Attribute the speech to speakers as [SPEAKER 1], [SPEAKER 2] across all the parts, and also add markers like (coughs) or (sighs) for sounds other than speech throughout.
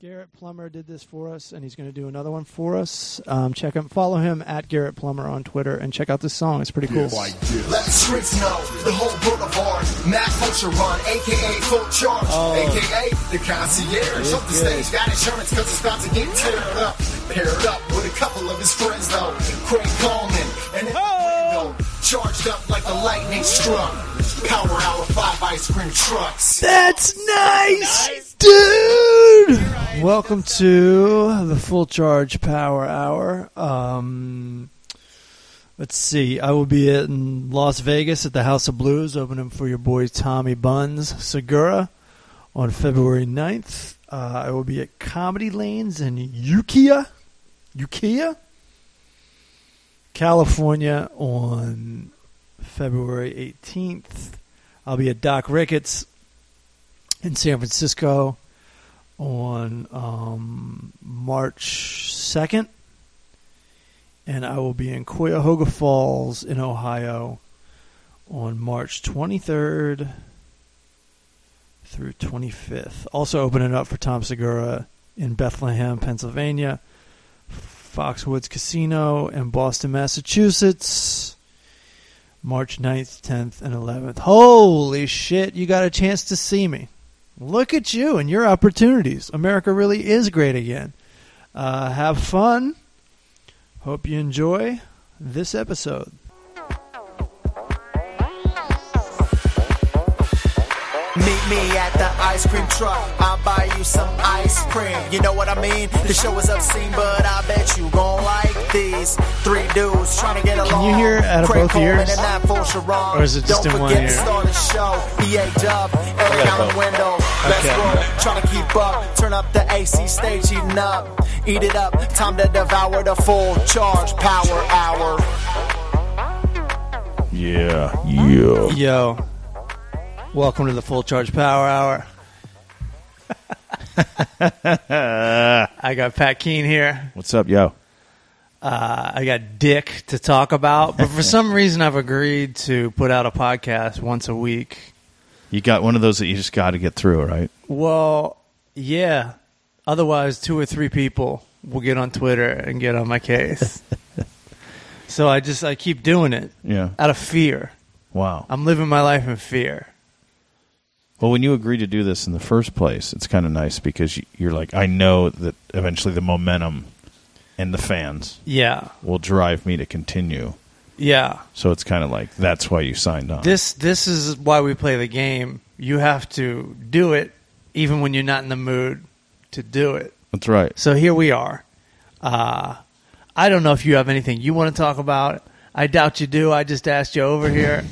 [SPEAKER 1] Garrett Plummer did this for us, and he's going to do another one for us. Um, check him, follow him at Garrett Plummer on Twitter, and check out this song. It's pretty cool.
[SPEAKER 2] Let the streets know the whole boulevard. Matt Fulcheron, aka Full Charge, aka the concierge. Up the stage, got insurance cause it's about to get teared up. Paired up with a couple of his friends though. Craig Coleman and oh. charged up like the lightning struck. Power hour five ice cream trucks.
[SPEAKER 1] That's nice, dude. Welcome to the Full Charge Power Hour. Um, let's see. I will be in Las Vegas at the House of Blues, opening for your boy Tommy Buns Segura on February 9th. Uh, I will be at Comedy Lanes in Ukiah, Ukiah, California on February 18th. I'll be at Doc Ricketts in San Francisco on um, March 2nd. And I will be in Cuyahoga Falls in Ohio on March 23rd through 25th. Also opening up for Tom Segura in Bethlehem, Pennsylvania, Foxwoods Casino in Boston, Massachusetts. March 9th, 10th, and 11th. Holy shit, you got a chance to see me. Look at you and your opportunities. America really is great again. Uh, have fun. Hope you enjoy this episode.
[SPEAKER 2] Meet me at the ice cream truck. I'll buy you some ice cream. You know what I mean? The show is obscene, but I bet you gon' like these three dudes trying to get along.
[SPEAKER 1] you hear out of
[SPEAKER 2] Craig
[SPEAKER 1] both
[SPEAKER 2] Coleman
[SPEAKER 1] ears?
[SPEAKER 2] and Nat Full Sharon.
[SPEAKER 1] Or is it just
[SPEAKER 2] Don't
[SPEAKER 1] in one
[SPEAKER 2] forget to
[SPEAKER 1] ear?
[SPEAKER 2] start the show. EA Dub, Eric Allen Window. Let's
[SPEAKER 1] Okay.
[SPEAKER 2] go. Trying to keep up. Turn up the AC stage, eating up. Eat it up. Time to devour the full charge power hour.
[SPEAKER 3] Yeah, yeah.
[SPEAKER 1] Yo, welcome to the Full Charge Power Hour. (laughs) I got Pat Keen here.
[SPEAKER 3] What's up, yo?
[SPEAKER 1] Uh, I got Dick to talk about, but (laughs) for some reason, I've agreed to put out a podcast once a week.
[SPEAKER 3] You got one of those that you just got to get through, right?
[SPEAKER 1] Well, yeah. Otherwise, two or three people will get on Twitter and get on my case. so I just I keep doing it
[SPEAKER 3] Yeah.
[SPEAKER 1] out of fear.
[SPEAKER 3] Wow.
[SPEAKER 1] I'm living my life in fear.
[SPEAKER 3] Well, when you agree to do this in the first place, it's kind of nice because you- you're like, I know that eventually the momentum and the fans
[SPEAKER 1] Yeah,
[SPEAKER 3] will drive me to continue.
[SPEAKER 1] yeah.
[SPEAKER 3] So it's kind of like that's why you signed on.
[SPEAKER 1] This this is why we play the game. You have to do it even when you're not in the mood to do it.
[SPEAKER 3] that's right.
[SPEAKER 1] So here we are. Uh, I don't know if you have anything you want to talk about. I doubt you do. I just asked you over here.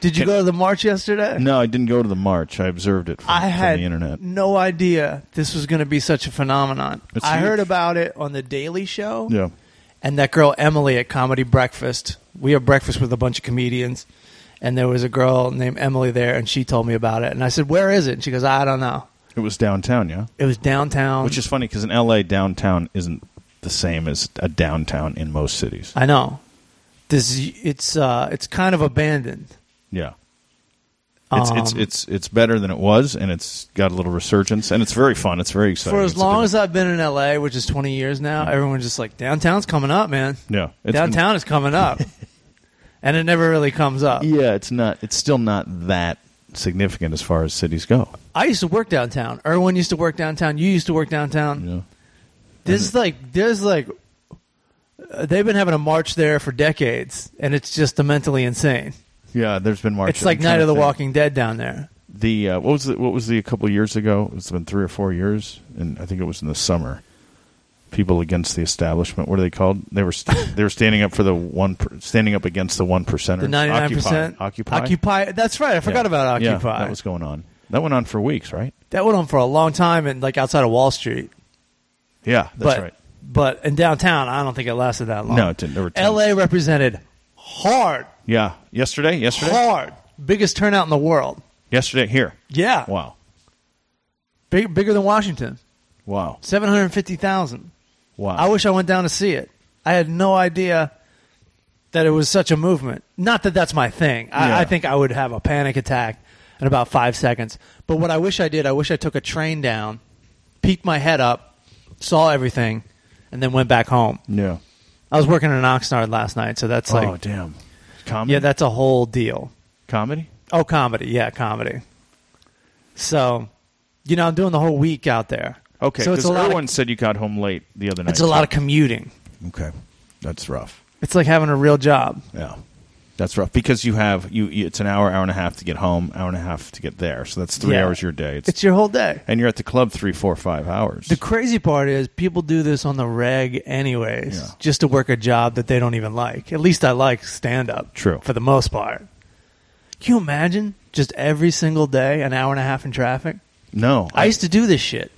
[SPEAKER 1] Did you go to the march yesterday?
[SPEAKER 3] No, I didn't go to the march. I observed it from,
[SPEAKER 1] I
[SPEAKER 3] from
[SPEAKER 1] had
[SPEAKER 3] the internet.
[SPEAKER 1] no idea this was going to be such a phenomenon.
[SPEAKER 3] It's
[SPEAKER 1] I
[SPEAKER 3] huge.
[SPEAKER 1] heard about it on the Daily Show.
[SPEAKER 3] Yeah.
[SPEAKER 1] And that girl Emily at Comedy Breakfast. We had breakfast with a bunch of comedians, and there was a girl named Emily there, and she told me about it. And I said, "Where is it?" And she goes, "I don't know."
[SPEAKER 3] It was downtown, yeah.
[SPEAKER 1] It was downtown.
[SPEAKER 3] Which is funny because in LA, downtown isn't the same as a downtown in most cities.
[SPEAKER 1] I know. This it's uh, it's kind of abandoned.
[SPEAKER 3] Yeah. It's, it's
[SPEAKER 1] Um,
[SPEAKER 3] it's it's better than it was, and it's got a little resurgence, and it's very fun. It's very exciting.
[SPEAKER 1] For as
[SPEAKER 3] It's a
[SPEAKER 1] long as
[SPEAKER 3] different-
[SPEAKER 1] I've been in LA, which is 20 years now, everyone's just like, downtown's coming up, man.
[SPEAKER 3] Yeah, it's been-
[SPEAKER 1] downtown is coming
[SPEAKER 3] (laughs)
[SPEAKER 1] up. and it never really comes up.
[SPEAKER 3] yeah, it's not. It's still not that significant as far as cities go.
[SPEAKER 1] I used to work downtown. Erwin used to work downtown. You used to work downtown.
[SPEAKER 3] You know?
[SPEAKER 1] There's like, there's like, uh, they've been having a march there for decades, and it's just mentally insane.
[SPEAKER 3] Yeah, there's been marches.
[SPEAKER 1] It's like
[SPEAKER 3] I'm trying
[SPEAKER 1] Night
[SPEAKER 3] to
[SPEAKER 1] of the
[SPEAKER 3] think.
[SPEAKER 1] Walking Dead down there.
[SPEAKER 3] The uh, what was the, what was the a couple of years ago? It's been three or four years, and I think it was in the summer. People against the establishment. What are they called? They were st- they were standing up for the one, per- standing up against the one percenters.
[SPEAKER 1] The 99%.
[SPEAKER 3] Occupy.
[SPEAKER 1] Occupy. That's right. I forgot
[SPEAKER 3] Yeah.
[SPEAKER 1] about
[SPEAKER 3] Yeah,
[SPEAKER 1] Occupy.
[SPEAKER 3] that was going on. That went on for weeks, right?
[SPEAKER 1] that went on for a long time, and like outside of Wall Street.
[SPEAKER 3] Yeah, that's
[SPEAKER 1] but,
[SPEAKER 3] right.
[SPEAKER 1] But in downtown, I don't think it lasted that long.
[SPEAKER 3] No, it didn't. There were tons.
[SPEAKER 1] L.A. represented hard,
[SPEAKER 3] Yeah, yesterday, yesterday,
[SPEAKER 1] hard, biggest turnout in the world.
[SPEAKER 3] yesterday here.
[SPEAKER 1] Yeah,
[SPEAKER 3] Wow,
[SPEAKER 1] Big, bigger than Washington,
[SPEAKER 3] wow,
[SPEAKER 1] seven hundred fifty thousand.
[SPEAKER 3] wow.
[SPEAKER 1] I wish I went down to see it. I had no idea that it was such a movement. Not that that's my thing. I,
[SPEAKER 3] Yeah.
[SPEAKER 1] I think I would have a panic attack in about five seconds. But what I wish I did, I wish I took a train down, peeked my head up, saw everything, and then went back home.
[SPEAKER 3] Yeah.
[SPEAKER 1] I was working in Oxnard last night, so that's
[SPEAKER 3] oh
[SPEAKER 1] like,
[SPEAKER 3] damn. Comedy.
[SPEAKER 1] yeah, that's a whole deal.
[SPEAKER 3] comedy.
[SPEAKER 1] Oh, comedy, yeah, comedy. So, you know, I'm doing the whole week out there.
[SPEAKER 3] Okay.
[SPEAKER 1] so it's
[SPEAKER 3] Because
[SPEAKER 1] a lot.
[SPEAKER 3] everyone
[SPEAKER 1] of,
[SPEAKER 3] said you got home late the other night.
[SPEAKER 1] it's a lot of commuting.
[SPEAKER 3] Okay. That's rough.
[SPEAKER 1] It's like having a real job.
[SPEAKER 3] Yeah. That's rough because you have you. you- It's an hour, hour and a half to get home, hour and a half to get there. So that's three
[SPEAKER 1] Yeah.
[SPEAKER 3] hours your day.
[SPEAKER 1] It's your whole day.
[SPEAKER 3] and you're at the club three, four, five hours.
[SPEAKER 1] The crazy part is people do this on the reg anyways,
[SPEAKER 3] Yeah.
[SPEAKER 1] just to work a job that they don't even like. At least I like stand up.
[SPEAKER 3] True.
[SPEAKER 1] For the most part. Can you imagine just every single day an hour and a half in traffic?
[SPEAKER 3] no,
[SPEAKER 1] I used to do this shit.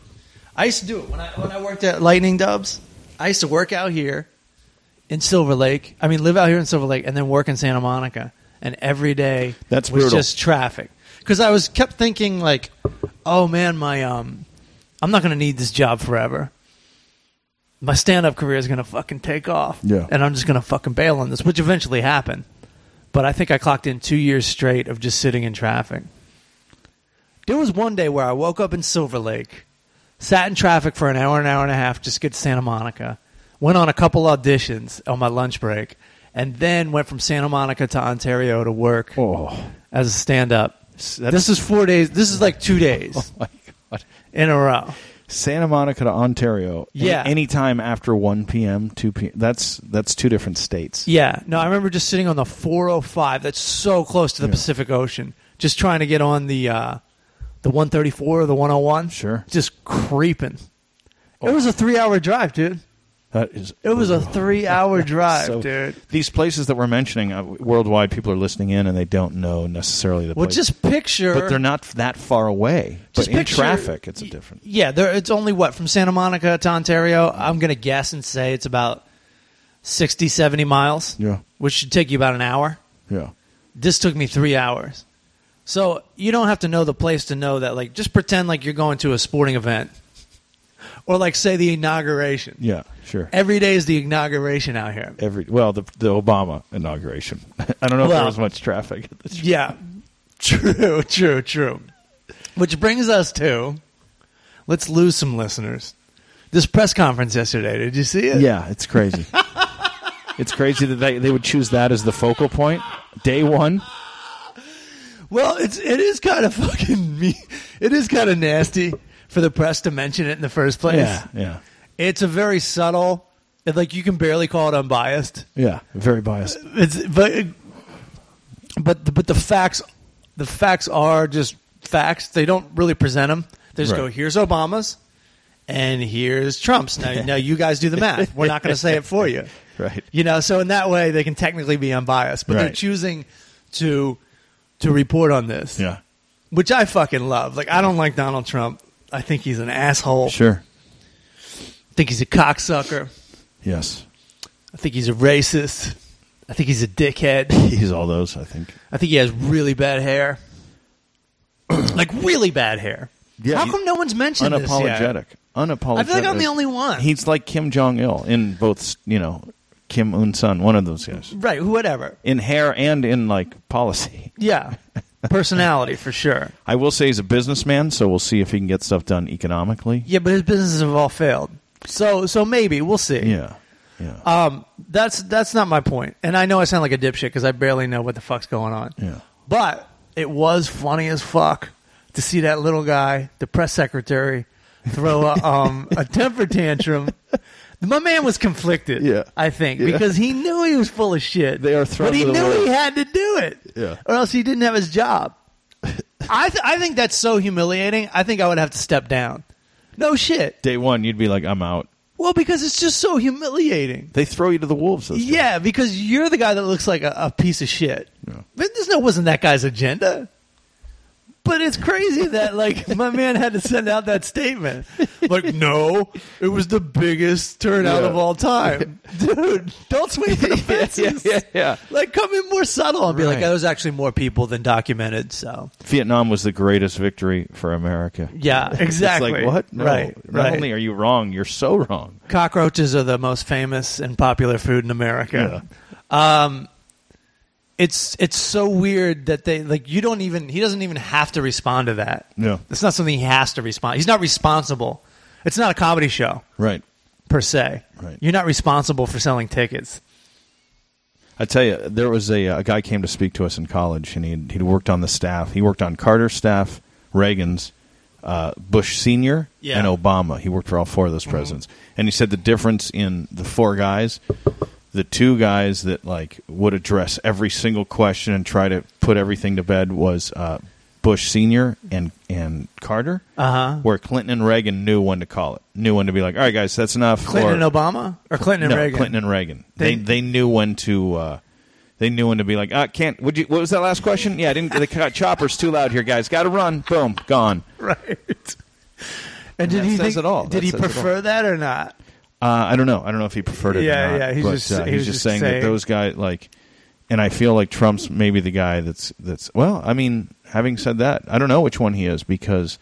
[SPEAKER 1] I used to do it when I when I worked at Lightning Dubs. I used to work out here in Silver Lake. I mean, live out here in Silver Lake, and then work in Santa Monica. And every day
[SPEAKER 3] That's
[SPEAKER 1] was
[SPEAKER 3] brutal.
[SPEAKER 1] just traffic. Because I was kept thinking like, oh man, my um, I'm not gonna need this job forever. My stand up career is gonna fucking take off.
[SPEAKER 3] Yeah.
[SPEAKER 1] And I'm just gonna fucking bail on this, which eventually happened. But I think I clocked in two years straight of just sitting in traffic. There was one day where I woke up in Silver Lake, sat in traffic for an hour, an hour and a half, just to get to Santa Monica, went on a couple auditions on my lunch break, and then went from Santa Monica to Ontario to work
[SPEAKER 3] Oh,
[SPEAKER 1] as a stand up.
[SPEAKER 3] that's- Oh
[SPEAKER 1] This is four days. This is like two
[SPEAKER 3] (laughs)
[SPEAKER 1] days
[SPEAKER 3] my god.
[SPEAKER 1] in a row.
[SPEAKER 3] Santa Monica to Ontario. any-
[SPEAKER 1] Yeah.
[SPEAKER 3] anytime after one p.m., two p.m. That's that's two different states.
[SPEAKER 1] Yeah. No, I remember just sitting on the 405. That's so close to the
[SPEAKER 3] Yeah.
[SPEAKER 1] Pacific Ocean. Just trying to get on the uh, the 134 or the 101.
[SPEAKER 3] Sure. Oh.
[SPEAKER 1] Just creeping. It was a three hour drive, dude.
[SPEAKER 3] That is.
[SPEAKER 1] It was
[SPEAKER 3] (laughs)
[SPEAKER 1] a three hour drive,
[SPEAKER 3] So,
[SPEAKER 1] dude.
[SPEAKER 3] These places that we're mentioning uh, worldwide, people are listening in and they don't know necessarily the.
[SPEAKER 1] Well,
[SPEAKER 3] place.
[SPEAKER 1] just picture.
[SPEAKER 3] but they're not that far away.
[SPEAKER 1] just
[SPEAKER 3] but in
[SPEAKER 1] picture-
[SPEAKER 3] traffic, it's a different.
[SPEAKER 1] Yeah, there, it's only what, from Santa Monica to Ontario? I'm going to guess and say it's about 60, 70 miles.
[SPEAKER 3] Yeah.
[SPEAKER 1] Which should take you about an hour.
[SPEAKER 3] Yeah.
[SPEAKER 1] This took me three hours. So you don't have to know the place to know that. Like, just pretend like you're going to a sporting event or, like, say, the inauguration.
[SPEAKER 3] Yeah. Sure.
[SPEAKER 1] Every day is the inauguration out here.
[SPEAKER 3] Every well, the the Obama inauguration. (laughs) I don't know if
[SPEAKER 1] Well-
[SPEAKER 3] there was much traffic. at the-
[SPEAKER 1] Yeah. True, true, true. Which brings us to let's lose some listeners. This press conference yesterday, did you see it?
[SPEAKER 3] Yeah, it's crazy. (laughs) it's crazy that they, they would choose that as the focal point. Day one.
[SPEAKER 1] Well, it's it is kind of (laughs) fucking me. It is kind of nasty for the press to mention it in the first place.
[SPEAKER 3] yeah,
[SPEAKER 1] It's a very subtle and like you can barely call it unbiased.
[SPEAKER 3] yeah. Very biased.
[SPEAKER 1] It's but but the, but the facts the facts are just facts. They don't really present them. They just
[SPEAKER 3] Right.
[SPEAKER 1] go here's Obama's and here's Trump's.
[SPEAKER 3] (laughs)
[SPEAKER 1] Now now you guys do the math. We're not going to say it for you.
[SPEAKER 3] Right.
[SPEAKER 1] You know, so in that way they can technically be unbiased, but they're
[SPEAKER 3] Right.
[SPEAKER 1] choosing to to report on this.
[SPEAKER 3] Yeah,
[SPEAKER 1] Which I fucking love. Like I don't like Donald Trump. I think he's an asshole.
[SPEAKER 3] sure.
[SPEAKER 1] I think he's a cocksucker.
[SPEAKER 3] Yes, (laughs)
[SPEAKER 1] I think he's a racist. I think he's a dickhead.
[SPEAKER 3] he's all those. I think.
[SPEAKER 1] I think he has really bad hair. (clears throat) like really bad hair.
[SPEAKER 3] Yeah,
[SPEAKER 1] How
[SPEAKER 3] he-
[SPEAKER 1] come no one's mentioned this yet?
[SPEAKER 3] Unapologetic. Unapologetic.
[SPEAKER 1] I feel like I'm the only one.
[SPEAKER 3] He's like Kim Jong Il in both. You know, Kim Un Sun. One of those guys
[SPEAKER 1] Right, whatever.
[SPEAKER 3] in hair and in like policy. (laughs)
[SPEAKER 1] Yeah. Personality for sure.
[SPEAKER 3] I will say he's a businessman, so we'll see if he can get stuff done economically.
[SPEAKER 1] Yeah, but his businesses have all failed. So so maybe we'll see.
[SPEAKER 3] Yeah, yeah,
[SPEAKER 1] Um, that's that's not my point, and I know I sound like a dipshit because I barely know what the fuck's going on.
[SPEAKER 3] Yeah.
[SPEAKER 1] But it was funny as fuck to see that little guy, the press secretary, throw
[SPEAKER 3] (laughs)
[SPEAKER 1] a, um, a temper tantrum. My man was conflicted.
[SPEAKER 3] Yeah.
[SPEAKER 1] I think
[SPEAKER 3] Yeah.
[SPEAKER 1] because he knew he was full of shit.
[SPEAKER 3] They are
[SPEAKER 1] but
[SPEAKER 3] thrown
[SPEAKER 1] he
[SPEAKER 3] to the
[SPEAKER 1] knew he
[SPEAKER 3] wolves.
[SPEAKER 1] had to do it.
[SPEAKER 3] Yeah.
[SPEAKER 1] or else he didn't have his
[SPEAKER 3] (laughs)
[SPEAKER 1] job. I th- I think that's so humiliating. I think I would have to step down. No shit.
[SPEAKER 3] Day one, you'd be like, I'm out.
[SPEAKER 1] Well, because it's just so humiliating.
[SPEAKER 3] They throw you to the wolves. Those days.
[SPEAKER 1] Yeah, because you're the guy that looks like a, a piece of shit.
[SPEAKER 3] Yeah.
[SPEAKER 1] But this no wasn't that guy's agenda. But it's crazy that like (laughs) my man had to send out that statement. (laughs) Like, no, it was the biggest turnout
[SPEAKER 3] Yeah.
[SPEAKER 1] of all time, (laughs) dude. Don't swing (laughs) for the fences.
[SPEAKER 3] yeah, yeah.
[SPEAKER 1] Like, come in more subtle and be like,
[SPEAKER 3] Right.
[SPEAKER 1] "There was actually more people than documented." So,
[SPEAKER 3] Vietnam was the greatest victory for America.
[SPEAKER 1] (laughs) yeah, exactly.
[SPEAKER 3] It's like what? No.
[SPEAKER 1] Right,
[SPEAKER 3] Not
[SPEAKER 1] right.
[SPEAKER 3] only are you wrong, you're so wrong.
[SPEAKER 1] cockroaches are the most famous and popular food in America. Um, it's it's so weird that they like you don't even he doesn't even have to respond to that.
[SPEAKER 3] Yeah.
[SPEAKER 1] it's not something he has to respond. He's not responsible It's not a comedy show
[SPEAKER 3] Right.
[SPEAKER 1] per se.
[SPEAKER 3] Right.
[SPEAKER 1] You're not responsible for selling tickets.
[SPEAKER 3] I tell you, there was a, a guy came to speak to us in college, and he he worked on the staff. He worked on Carter's staff, Reagan's, uh, Bush Senior,
[SPEAKER 1] Yeah. Mm-hmm.
[SPEAKER 3] and Obama. He worked for all four of those presidents. And he said the difference in the four guys, the two guys that like would address every single question and try to put everything to bed was uh, Bush Senior and and Carter.
[SPEAKER 1] Uh-huh.
[SPEAKER 3] Where Clinton and Reagan knew when to call it, knew when to be like, "All right, guys, that's enough."
[SPEAKER 1] Clinton
[SPEAKER 3] or-
[SPEAKER 1] and Obama or Clinton and
[SPEAKER 3] no,
[SPEAKER 1] Reagan.
[SPEAKER 3] Clinton and Reagan.
[SPEAKER 1] They-
[SPEAKER 3] They they, knew when to. Uh, they knew when to be like, uh, can't. Would you? What was that last question? Yeah, I didn't. The co- chopper's too loud here, guys. Got to run. Boom, gone.
[SPEAKER 1] (laughs) right. And did
[SPEAKER 3] that
[SPEAKER 1] he
[SPEAKER 3] says
[SPEAKER 1] think,
[SPEAKER 3] it all.
[SPEAKER 1] Did
[SPEAKER 3] That
[SPEAKER 1] he
[SPEAKER 3] says it all.
[SPEAKER 1] prefer that or not?
[SPEAKER 3] Uh, I don't know. I don't know if he preferred it.
[SPEAKER 1] Yeah,
[SPEAKER 3] or not,
[SPEAKER 1] yeah, he's
[SPEAKER 3] but,
[SPEAKER 1] just-
[SPEAKER 3] uh,
[SPEAKER 1] he
[SPEAKER 3] he's
[SPEAKER 1] was
[SPEAKER 3] just
[SPEAKER 1] just
[SPEAKER 3] saying,
[SPEAKER 1] saying-
[SPEAKER 3] that those guys like. And I feel like Trump's maybe the guy that's that's. Well, I mean, having said that, I don't know which one he is because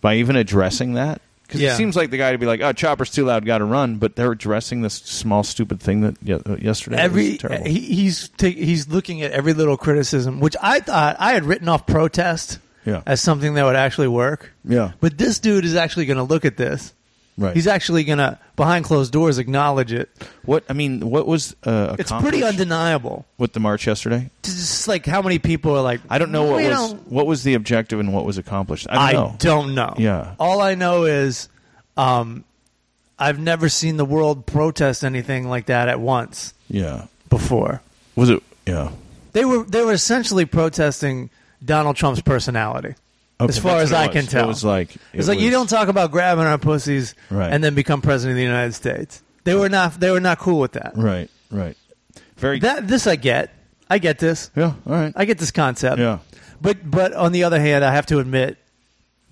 [SPEAKER 3] by even addressing that. Because
[SPEAKER 1] Yeah.
[SPEAKER 3] it seems like the guy to be like, "Oh, chopper's too loud, got to run," but they're addressing this small, stupid thing that ye- uh, yesterday was
[SPEAKER 1] every
[SPEAKER 3] terrible.
[SPEAKER 1] he, he's ta- he's looking at every little criticism, which I thought I had written off protest
[SPEAKER 3] Yeah.
[SPEAKER 1] as something that would actually work.
[SPEAKER 3] Yeah.
[SPEAKER 1] but this dude is actually going to look at this.
[SPEAKER 3] Right.
[SPEAKER 1] He's actually going to behind closed doors acknowledge it.
[SPEAKER 3] What I mean, what was uh,
[SPEAKER 1] It's pretty
[SPEAKER 3] accomplished
[SPEAKER 1] undeniable.
[SPEAKER 3] with the march yesterday?
[SPEAKER 1] It's just like how many people are like,
[SPEAKER 3] I don't know what
[SPEAKER 1] "We
[SPEAKER 3] was
[SPEAKER 1] don't-
[SPEAKER 3] what was the objective and what was accomplished. I
[SPEAKER 1] I
[SPEAKER 3] don't know.
[SPEAKER 1] don't know.
[SPEAKER 3] Yeah.
[SPEAKER 1] All I know is, um, I've never seen the world protest anything like that at once
[SPEAKER 3] Yeah,
[SPEAKER 1] before.
[SPEAKER 3] was it? Yeah,
[SPEAKER 1] They were they were essentially protesting Donald Trump's personality, as
[SPEAKER 3] Okay,
[SPEAKER 1] far
[SPEAKER 3] that's
[SPEAKER 1] as
[SPEAKER 3] what it
[SPEAKER 1] I
[SPEAKER 3] was.
[SPEAKER 1] can tell.
[SPEAKER 3] it was like
[SPEAKER 1] it's like you don't talk about grabbing our pussies
[SPEAKER 3] Right.
[SPEAKER 1] and then become president of the United States. They were not they were not cool with that.
[SPEAKER 3] right, right. Very
[SPEAKER 1] That this I get. I get this.
[SPEAKER 3] yeah. All right.
[SPEAKER 1] I get this concept.
[SPEAKER 3] Yeah.
[SPEAKER 1] But but on the other hand, I have to admit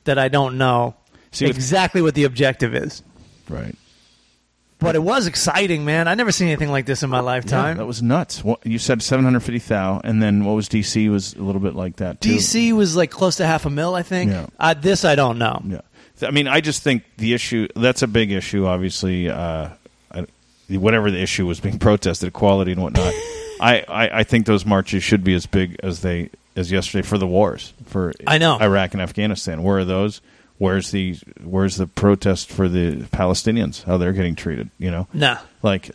[SPEAKER 1] that I don't know
[SPEAKER 3] See, with-
[SPEAKER 1] exactly what the objective is.
[SPEAKER 3] right.
[SPEAKER 1] But it was exciting, man. I never seen anything like this in my
[SPEAKER 3] Yeah,
[SPEAKER 1] lifetime.
[SPEAKER 3] that was nuts. What, you said seven hundred fifty thou, and then what was DC was a little bit like that. Too.
[SPEAKER 1] DC was like close to half a mil, I think.
[SPEAKER 3] Yeah.
[SPEAKER 1] Uh, this I don't know.
[SPEAKER 3] Yeah. Th- I mean, I just think the issue that's a big issue, obviously. Uh, I, whatever the issue was being (laughs) protested, equality and
[SPEAKER 1] (laughs)
[SPEAKER 3] whatnot. I, I, I think those marches should be as big as they as yesterday for the wars for
[SPEAKER 1] I know.
[SPEAKER 3] Iraq and Afghanistan. Where are those? Where's the where's the protest for the Palestinians? How they're getting treated? You know,
[SPEAKER 1] Nah.
[SPEAKER 3] like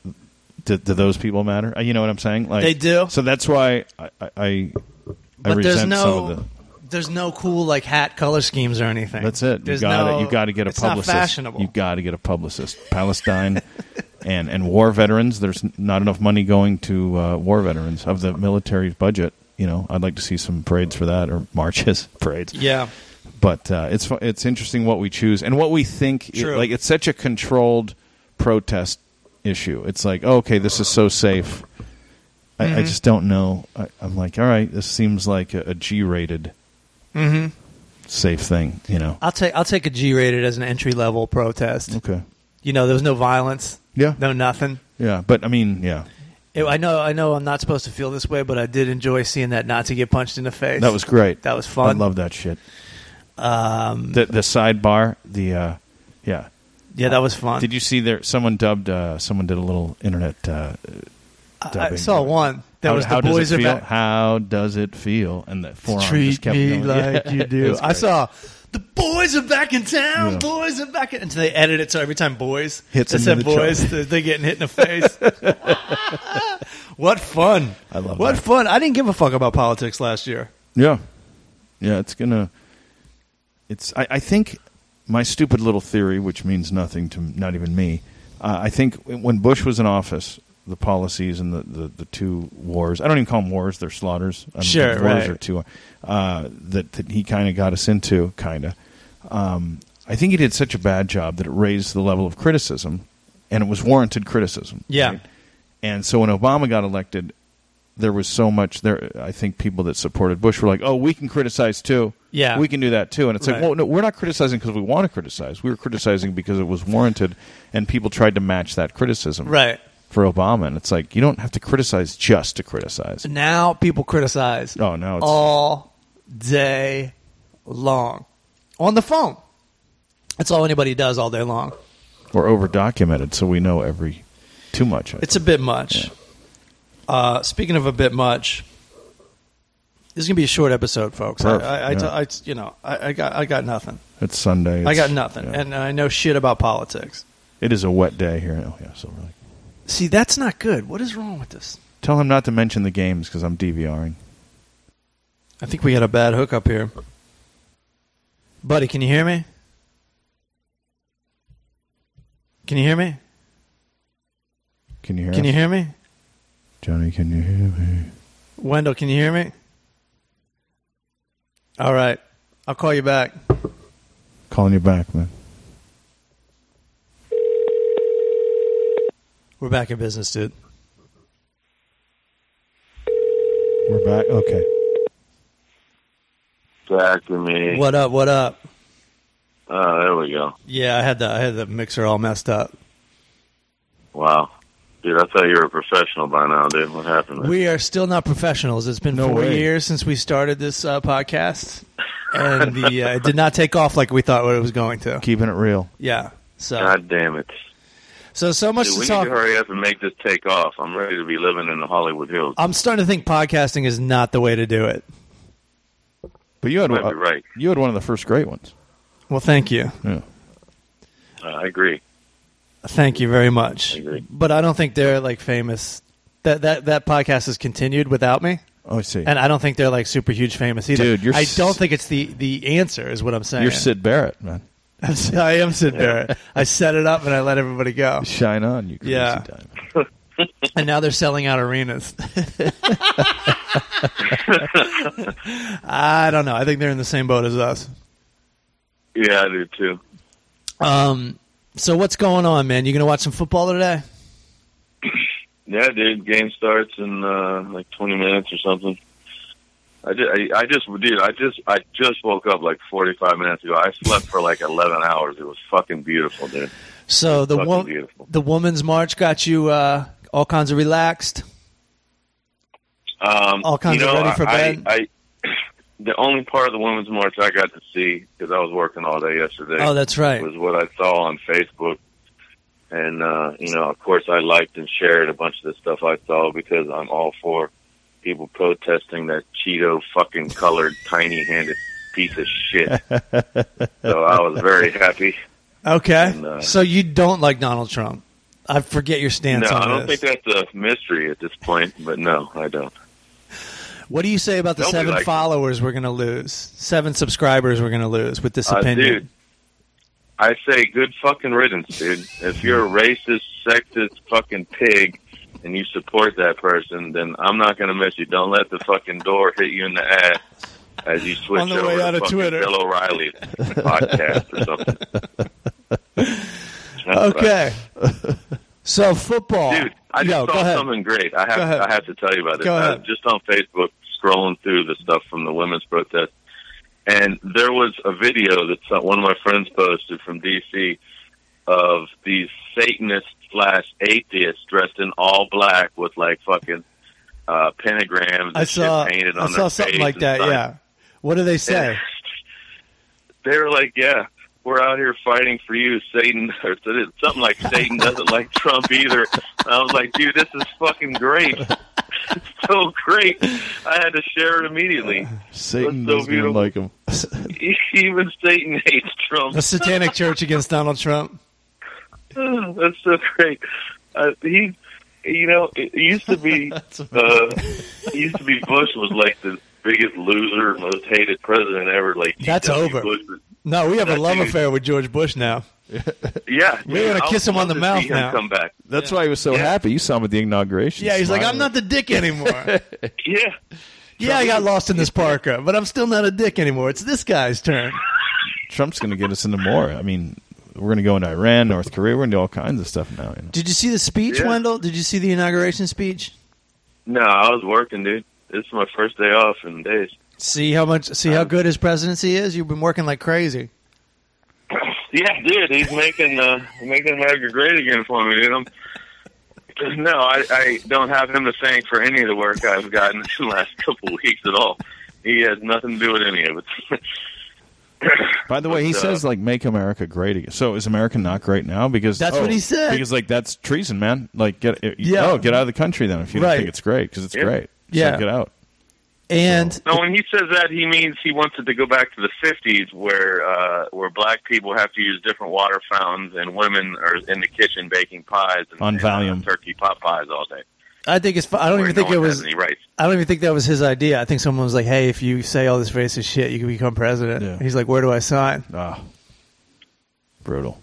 [SPEAKER 3] do, do those people matter? Uh, You know what I'm saying? Like
[SPEAKER 1] They do.
[SPEAKER 3] So that's why I I, I, I
[SPEAKER 1] But there's
[SPEAKER 3] resent some
[SPEAKER 1] no
[SPEAKER 3] of the
[SPEAKER 1] there's no cool like hat color schemes or anything.
[SPEAKER 3] that's it.
[SPEAKER 1] There's
[SPEAKER 3] you got
[SPEAKER 1] no-
[SPEAKER 3] it. You got to get a
[SPEAKER 1] it's
[SPEAKER 3] publicist.
[SPEAKER 1] Not fashionable.
[SPEAKER 3] You got to get a publicist. Palestine (laughs) and and war veterans. There's not enough money going to uh, war veterans of the military's budget. You know, I'd like to see some parades for that or marches, (laughs) parades.
[SPEAKER 1] yeah.
[SPEAKER 3] But uh, it's fu- it's interesting what we choose and what we think. it-
[SPEAKER 1] True.
[SPEAKER 3] like it's such a controlled protest issue. It's like oh, okay, this is so safe. I,
[SPEAKER 1] Mm-hmm.
[SPEAKER 3] I just don't know. I, I'm like, all right, this seems like a, a G-rated
[SPEAKER 1] Mm-hmm.
[SPEAKER 3] safe thing. You know.
[SPEAKER 1] I'll take I'll take a G rated as an entry level protest.
[SPEAKER 3] Okay.
[SPEAKER 1] You know, there was no violence.
[SPEAKER 3] Yeah.
[SPEAKER 1] No nothing.
[SPEAKER 3] Yeah, but I mean, yeah,
[SPEAKER 1] It- I know I know I'm not supposed to feel this way, but I did enjoy seeing that Nazi get punched in the face.
[SPEAKER 3] that was great.
[SPEAKER 1] That was fun.
[SPEAKER 3] I love that shit.
[SPEAKER 1] um,
[SPEAKER 3] The the sidebar, the uh, yeah.
[SPEAKER 1] yeah, that was fun.
[SPEAKER 3] Did you see there? Someone dubbed. Uh, someone did a little internet. Uh,
[SPEAKER 1] I, I
[SPEAKER 3] dubbing.
[SPEAKER 1] saw one. That
[SPEAKER 3] how,
[SPEAKER 1] was the
[SPEAKER 3] how
[SPEAKER 1] boys
[SPEAKER 3] does it
[SPEAKER 1] are
[SPEAKER 3] feel?
[SPEAKER 1] back.
[SPEAKER 3] How does it feel? And the forearm just
[SPEAKER 1] treat
[SPEAKER 3] kept
[SPEAKER 1] me
[SPEAKER 3] going. (laughs)
[SPEAKER 1] like
[SPEAKER 3] Yeah.
[SPEAKER 1] you
[SPEAKER 3] It
[SPEAKER 1] do.
[SPEAKER 3] was
[SPEAKER 1] I
[SPEAKER 3] great.
[SPEAKER 1] saw the boys are back in town.
[SPEAKER 3] Yeah.
[SPEAKER 1] Boys are back in. And so they edit it so every time boys
[SPEAKER 3] Hits
[SPEAKER 1] they
[SPEAKER 3] them
[SPEAKER 1] said
[SPEAKER 3] in the
[SPEAKER 1] boys, they're, they're getting hit in the
[SPEAKER 3] (laughs)
[SPEAKER 1] face. what fun!
[SPEAKER 3] I love
[SPEAKER 1] what
[SPEAKER 3] that.
[SPEAKER 1] fun. I didn't give a fuck about politics last year.
[SPEAKER 3] Yeah, yeah. It's gonna. It's. I, I think my stupid little theory, which means nothing to not even me. Uh, I think when Bush was in office, the policies and the, the, the two wars. I don't even call them wars; they're slaughters. I don't
[SPEAKER 1] Sure,
[SPEAKER 3] think wars
[SPEAKER 1] right.
[SPEAKER 3] are two. Uh, that that he kind of got us into, kind of. Um, I think he did such a bad job that it raised the level of criticism, and it was warranted criticism.
[SPEAKER 1] Yeah.
[SPEAKER 3] And so when Obama got elected, there was so much there. I think people that supported Bush were like, "Oh, we can criticize too.
[SPEAKER 1] Yeah.
[SPEAKER 3] we can do that too." And it's
[SPEAKER 1] Right.
[SPEAKER 3] like, "Well, no, we're not criticizing because we want to criticize. We were criticizing because it was warranted." And people tried to match that criticism,
[SPEAKER 1] Right.
[SPEAKER 3] for Obama. And it's like you don't have to criticize just to criticize.
[SPEAKER 1] Now people criticize.
[SPEAKER 3] Oh, no, it's-
[SPEAKER 1] all day long on the phone. That's all anybody does all day long.
[SPEAKER 3] Or over documented, so we know every too much. I
[SPEAKER 1] It's a bit much. Uh, speaking of a bit much, This is gonna be a short episode, folks. I
[SPEAKER 3] Perfect,
[SPEAKER 1] I, I, t-
[SPEAKER 3] yeah.
[SPEAKER 1] I t- you know, I, I got, I got nothing.
[SPEAKER 3] It's Sunday.
[SPEAKER 1] I
[SPEAKER 3] It's-
[SPEAKER 1] got nothing,
[SPEAKER 3] yeah.
[SPEAKER 1] and I know shit about politics.
[SPEAKER 3] it is a wet day here. Oh yeah, Silver Lake.
[SPEAKER 1] See, that's not good. What is wrong with this?
[SPEAKER 3] Tell him not to mention the games because I'm DVRing.
[SPEAKER 1] I think we had a bad hookup here, buddy. Can you hear me? Can you hear me?
[SPEAKER 3] Can you hear?
[SPEAKER 1] Can
[SPEAKER 3] us?
[SPEAKER 1] you hear me?
[SPEAKER 3] Johnny? Can you hear me?
[SPEAKER 1] Wendell, can you hear me? All right, I'll call you back.
[SPEAKER 3] Calling you back, man.
[SPEAKER 1] We're back in business, dude.
[SPEAKER 3] We're back. Okay.
[SPEAKER 4] Back to me.
[SPEAKER 1] What up? What up?
[SPEAKER 4] Oh, there we go.
[SPEAKER 1] Yeah, I had the I had the mixer all messed up.
[SPEAKER 4] Wow. Dude, I thought you were a professional by now, dude. What happened? there?
[SPEAKER 1] We are still not professionals. It's been
[SPEAKER 3] No
[SPEAKER 1] four
[SPEAKER 3] way.
[SPEAKER 1] years since we started this uh, podcast, and
[SPEAKER 4] (laughs)
[SPEAKER 1] the, uh, it did not take off like we thought it was going to.
[SPEAKER 3] Keeping it real.
[SPEAKER 1] Yeah. So
[SPEAKER 4] God damn it.
[SPEAKER 1] so so much
[SPEAKER 4] Dude,
[SPEAKER 1] to
[SPEAKER 4] we need
[SPEAKER 1] talk.
[SPEAKER 4] to hurry up and make this take off. I'm ready to be living in the Hollywood Hills.
[SPEAKER 1] I'm starting to think podcasting is not the way to do it.
[SPEAKER 3] But you had
[SPEAKER 4] Might be
[SPEAKER 3] uh,
[SPEAKER 4] right.
[SPEAKER 3] you had one of the first great ones.
[SPEAKER 1] Well, thank you,
[SPEAKER 3] Yeah.
[SPEAKER 4] Uh, I agree.
[SPEAKER 1] thank you very much.
[SPEAKER 4] I agree.
[SPEAKER 1] But I don't think they're like famous. That that that podcast has continued without me,
[SPEAKER 3] Oh, I see.
[SPEAKER 1] and I don't think they're like super huge famous either.
[SPEAKER 3] Dude, you're
[SPEAKER 1] I
[SPEAKER 3] s-
[SPEAKER 1] don't think it's the the answer is what I'm saying.
[SPEAKER 3] You're
[SPEAKER 1] (laughs)
[SPEAKER 3] Sid Barrett, man.
[SPEAKER 1] I'm, si am Sid Barrett. I set it up and I let everybody
[SPEAKER 3] (laughs)
[SPEAKER 1] go.
[SPEAKER 3] Shine on, you crazy
[SPEAKER 1] Yeah.
[SPEAKER 3] diamond.
[SPEAKER 1] And now they're selling out arenas. (laughs) I don't know. I think they're in the same boat as us.
[SPEAKER 4] Yeah, I do too.
[SPEAKER 1] Um, so what's going on, man? You gonna watch some football today?
[SPEAKER 4] Yeah, dude. Game starts in uh, like 20 minutes or something. I just, I, I just, dude, I just, I just woke up like 45 minutes ago. I slept for like 11 hours. It was fucking beautiful, dude.
[SPEAKER 1] So the
[SPEAKER 4] fucking
[SPEAKER 1] wo-
[SPEAKER 4] beautiful.
[SPEAKER 1] the women's march got you uh, all kinds of relaxed.
[SPEAKER 4] Um,
[SPEAKER 1] All kinds
[SPEAKER 4] you
[SPEAKER 1] of
[SPEAKER 4] know,
[SPEAKER 1] ready for
[SPEAKER 4] I,
[SPEAKER 1] bed?
[SPEAKER 4] I, the only part of the women's march I got to see because I was working all day yesterday
[SPEAKER 1] Oh, that's right.
[SPEAKER 4] was what I saw on Facebook, and uh, you know, of course, I liked and shared a bunch of the stuff I saw because I'm all for people protesting that Cheeto fucking colored tiny handed piece
[SPEAKER 1] (laughs)
[SPEAKER 4] of shit. so I was very happy.
[SPEAKER 1] Okay.
[SPEAKER 4] And, uh,
[SPEAKER 1] so you don't like Donald Trump? I forget your stance
[SPEAKER 4] no,
[SPEAKER 1] on
[SPEAKER 4] I don't
[SPEAKER 1] this.
[SPEAKER 4] think that's a mystery at this point, but no, I don't.
[SPEAKER 1] what do you say about the
[SPEAKER 4] Nobody
[SPEAKER 1] seven
[SPEAKER 4] likes him.
[SPEAKER 1] followers we're gonna lose? Seven subscribers we're gonna lose with this
[SPEAKER 4] Uh,
[SPEAKER 1] opinion.
[SPEAKER 4] dude, I say good fucking riddance, dude. If you're a racist, sexist fucking pig and you support that person, then I'm not going to miss you. Don't let the fucking door hit you in the ass as you switch
[SPEAKER 1] On the
[SPEAKER 4] over
[SPEAKER 1] way
[SPEAKER 4] to
[SPEAKER 1] out of
[SPEAKER 4] fucking
[SPEAKER 1] Twitter.
[SPEAKER 4] Bill
[SPEAKER 1] (laughs)
[SPEAKER 4] O'Reilly podcast or something. That's what I- (laughs)
[SPEAKER 1] Okay. so football.
[SPEAKER 4] Dude, I just
[SPEAKER 1] Yo, go
[SPEAKER 4] saw
[SPEAKER 1] ahead.
[SPEAKER 4] something great. I have,
[SPEAKER 1] Go ahead.
[SPEAKER 4] I have to tell you about this.
[SPEAKER 1] Go
[SPEAKER 4] I
[SPEAKER 1] ahead.
[SPEAKER 4] was just on Facebook scrolling through the stuff from the women's protest, and there was a video that some, one of my friends posted from D.C. of these Satanists slash atheists dressed in all black with like fucking uh, pentagrams and
[SPEAKER 1] I saw.
[SPEAKER 4] shit painted
[SPEAKER 1] I
[SPEAKER 4] on
[SPEAKER 1] saw
[SPEAKER 4] their
[SPEAKER 1] something
[SPEAKER 4] face
[SPEAKER 1] like
[SPEAKER 4] and
[SPEAKER 1] that.
[SPEAKER 4] stuff.
[SPEAKER 1] Yeah. What do they say?
[SPEAKER 4] (laughs) they were like, "Yeah, we're out here fighting for you, Satan," or something like Satan doesn't
[SPEAKER 1] (laughs)
[SPEAKER 4] like Trump either. And I was like, "Dude, this is fucking great, It's so great!" I had to share it immediately. (laughs)
[SPEAKER 3] Satan
[SPEAKER 4] That's so
[SPEAKER 3] doesn't even
[SPEAKER 4] beautiful.
[SPEAKER 3] like him.
[SPEAKER 4] Even Satan hates Trump.
[SPEAKER 1] the Satanic
[SPEAKER 4] (laughs)
[SPEAKER 1] Church against Donald Trump.
[SPEAKER 4] (sighs) That's so great. Uh, he, you know, it used to
[SPEAKER 1] (laughs)
[SPEAKER 4] be, uh, it used to be Bush was like the biggest loser, most hated president ever. Like
[SPEAKER 1] That's
[SPEAKER 4] G.W.
[SPEAKER 1] over.
[SPEAKER 4] Bush was-
[SPEAKER 1] No, we have a
[SPEAKER 4] That
[SPEAKER 1] love
[SPEAKER 4] dude-
[SPEAKER 1] affair with George Bush now.
[SPEAKER 4] Yeah,
[SPEAKER 1] We're gonna
[SPEAKER 4] I
[SPEAKER 1] kiss
[SPEAKER 4] would
[SPEAKER 1] him on the
[SPEAKER 4] love to
[SPEAKER 1] mouth
[SPEAKER 4] see him
[SPEAKER 1] now.
[SPEAKER 4] Come back.
[SPEAKER 3] That's why he was so happy. You saw him at the inauguration.
[SPEAKER 1] Yeah, he's like, I'm
[SPEAKER 3] smiling.
[SPEAKER 1] not the dick
[SPEAKER 4] (laughs)
[SPEAKER 1] anymore.
[SPEAKER 4] Yeah.
[SPEAKER 1] yeah, I got lost in this parka, but I'm still not a dick anymore. It's this guy's turn.
[SPEAKER 3] Trump's going to get us into more. I mean, we're going to go into Iran, North Korea. We're going to do all kinds of stuff now. You know?
[SPEAKER 1] Did you see the speech,
[SPEAKER 4] Yeah.
[SPEAKER 1] Wendell? Did you see the inauguration speech?
[SPEAKER 4] No, I was working, dude. This is my first day off in days.
[SPEAKER 1] See how much, see
[SPEAKER 3] Uh,
[SPEAKER 1] how good his presidency is. You've been working like crazy.
[SPEAKER 4] Yeah, dude, he's making uh, making America great again for me, dude. I'm, no, I, I don't have him to thank for any of the work I've gotten (laughs) in the last couple of weeks at all. He has nothing to do with any of it. (clears throat)
[SPEAKER 3] By the way, he
[SPEAKER 4] But, uh,
[SPEAKER 3] says like, "Make America great again." So is America not great now? Because
[SPEAKER 1] That's
[SPEAKER 3] oh,
[SPEAKER 1] what he said.
[SPEAKER 3] Because like that's treason, man. Like get yeah.
[SPEAKER 1] Yeah.
[SPEAKER 3] oh, get out of the country then if you don't
[SPEAKER 1] Right.
[SPEAKER 3] think it's great because it's
[SPEAKER 4] Yeah.
[SPEAKER 3] great. So
[SPEAKER 1] Yeah.
[SPEAKER 3] get out.
[SPEAKER 1] And
[SPEAKER 4] No, when he says that, he means he wants it to go back to the '50s, where uh, where black people have to use different water fountains, and women are in the kitchen baking pies and,
[SPEAKER 3] On
[SPEAKER 4] and,
[SPEAKER 3] Valium.
[SPEAKER 4] uh, turkey pot pies all day.
[SPEAKER 1] I think it's. fu- I don't
[SPEAKER 4] where
[SPEAKER 1] even think
[SPEAKER 4] no
[SPEAKER 1] it
[SPEAKER 4] one
[SPEAKER 1] was.
[SPEAKER 4] has any rights.
[SPEAKER 1] I don't even think that was his idea. I think someone was like, "Hey, if you say all this racist shit, you can become president."
[SPEAKER 3] Yeah.
[SPEAKER 1] He's like, "Where do I sign?"
[SPEAKER 3] Ah, brutal.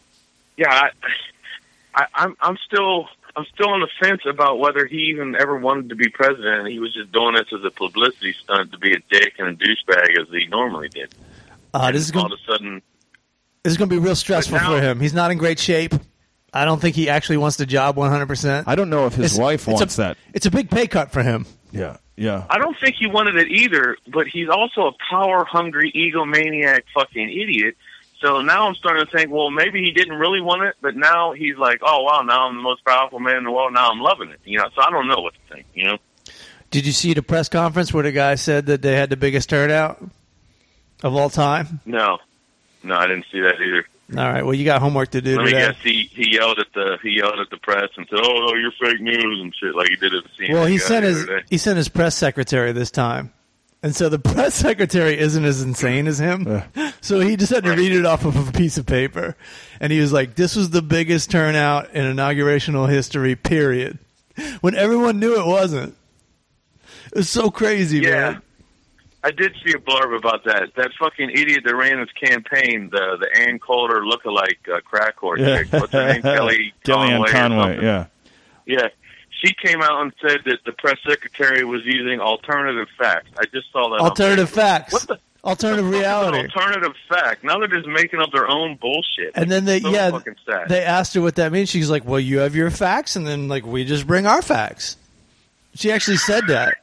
[SPEAKER 4] Yeah, I, I, I'm I'm still I'm still on the fence about whether he even ever wanted to be president. He was just doing this as a publicity stunt to be a dick and a douchebag as he normally did.
[SPEAKER 1] Uh, this is
[SPEAKER 4] all
[SPEAKER 1] going.
[SPEAKER 4] of a sudden.
[SPEAKER 1] This is going to be real stressful
[SPEAKER 4] But now-
[SPEAKER 1] for him. He's not in great shape. I don't think he actually wants the job one hundred percent.
[SPEAKER 3] I don't know if his wife wants
[SPEAKER 1] a,
[SPEAKER 3] that.
[SPEAKER 1] It's a big pay cut for him.
[SPEAKER 3] Yeah, yeah.
[SPEAKER 4] I don't think he wanted it either, but he's also a power hungry, egomaniac fucking idiot. So now I'm starting to think, well, maybe he didn't really want it, but now he's like, oh, wow, now I'm the most powerful man in the world. Now I'm loving it. You know, so I don't know what to think, you know?
[SPEAKER 1] Did you see the press conference where the guy said that they had the biggest turnout of all time?
[SPEAKER 4] No. No, I didn't see that either.
[SPEAKER 1] All right. Well, you got homework to do
[SPEAKER 4] Let me
[SPEAKER 1] today.
[SPEAKER 4] guess. He he yelled at the he yelled at the press and said, "Oh no, you're fake news and shit," like he did at the CNN.
[SPEAKER 1] Well, he
[SPEAKER 4] guy
[SPEAKER 1] sent
[SPEAKER 4] the
[SPEAKER 1] his
[SPEAKER 4] other day.
[SPEAKER 1] he sent his press secretary this time, and so the (laughs) press secretary isn't as insane as him. So he just had to
[SPEAKER 4] Right.
[SPEAKER 1] read it off of a piece of paper, and he was like, "This was the biggest turnout in inaugurational history, period." When everyone knew it wasn't, it was so crazy,
[SPEAKER 4] Yeah.
[SPEAKER 1] man.
[SPEAKER 4] I did see a blurb about that. That fucking idiot that ran his campaign, the the Ann Coulter lookalike uh, crack horse
[SPEAKER 3] yeah.
[SPEAKER 4] chick. (laughs) What's her
[SPEAKER 1] (laughs)
[SPEAKER 3] (laughs)
[SPEAKER 4] name? Kelly
[SPEAKER 3] Kellyanne
[SPEAKER 4] Conway. or
[SPEAKER 3] Conway.
[SPEAKER 4] something.
[SPEAKER 3] Yeah,
[SPEAKER 4] Yeah. She came out and said that the press secretary was using alternative facts. I just saw that. on
[SPEAKER 1] Alternative
[SPEAKER 4] Facebook.
[SPEAKER 1] facts,
[SPEAKER 4] What the?
[SPEAKER 1] alternative
[SPEAKER 4] Fucking
[SPEAKER 1] reality.
[SPEAKER 4] Alternative fact. Now they're just making up their own bullshit.
[SPEAKER 1] And then they
[SPEAKER 4] So
[SPEAKER 1] yeah
[SPEAKER 4] fucking sad.
[SPEAKER 1] they asked her what that means. She's like, "Well, you have your facts, and then like we just bring our facts." She actually said
[SPEAKER 4] (laughs)
[SPEAKER 1] that.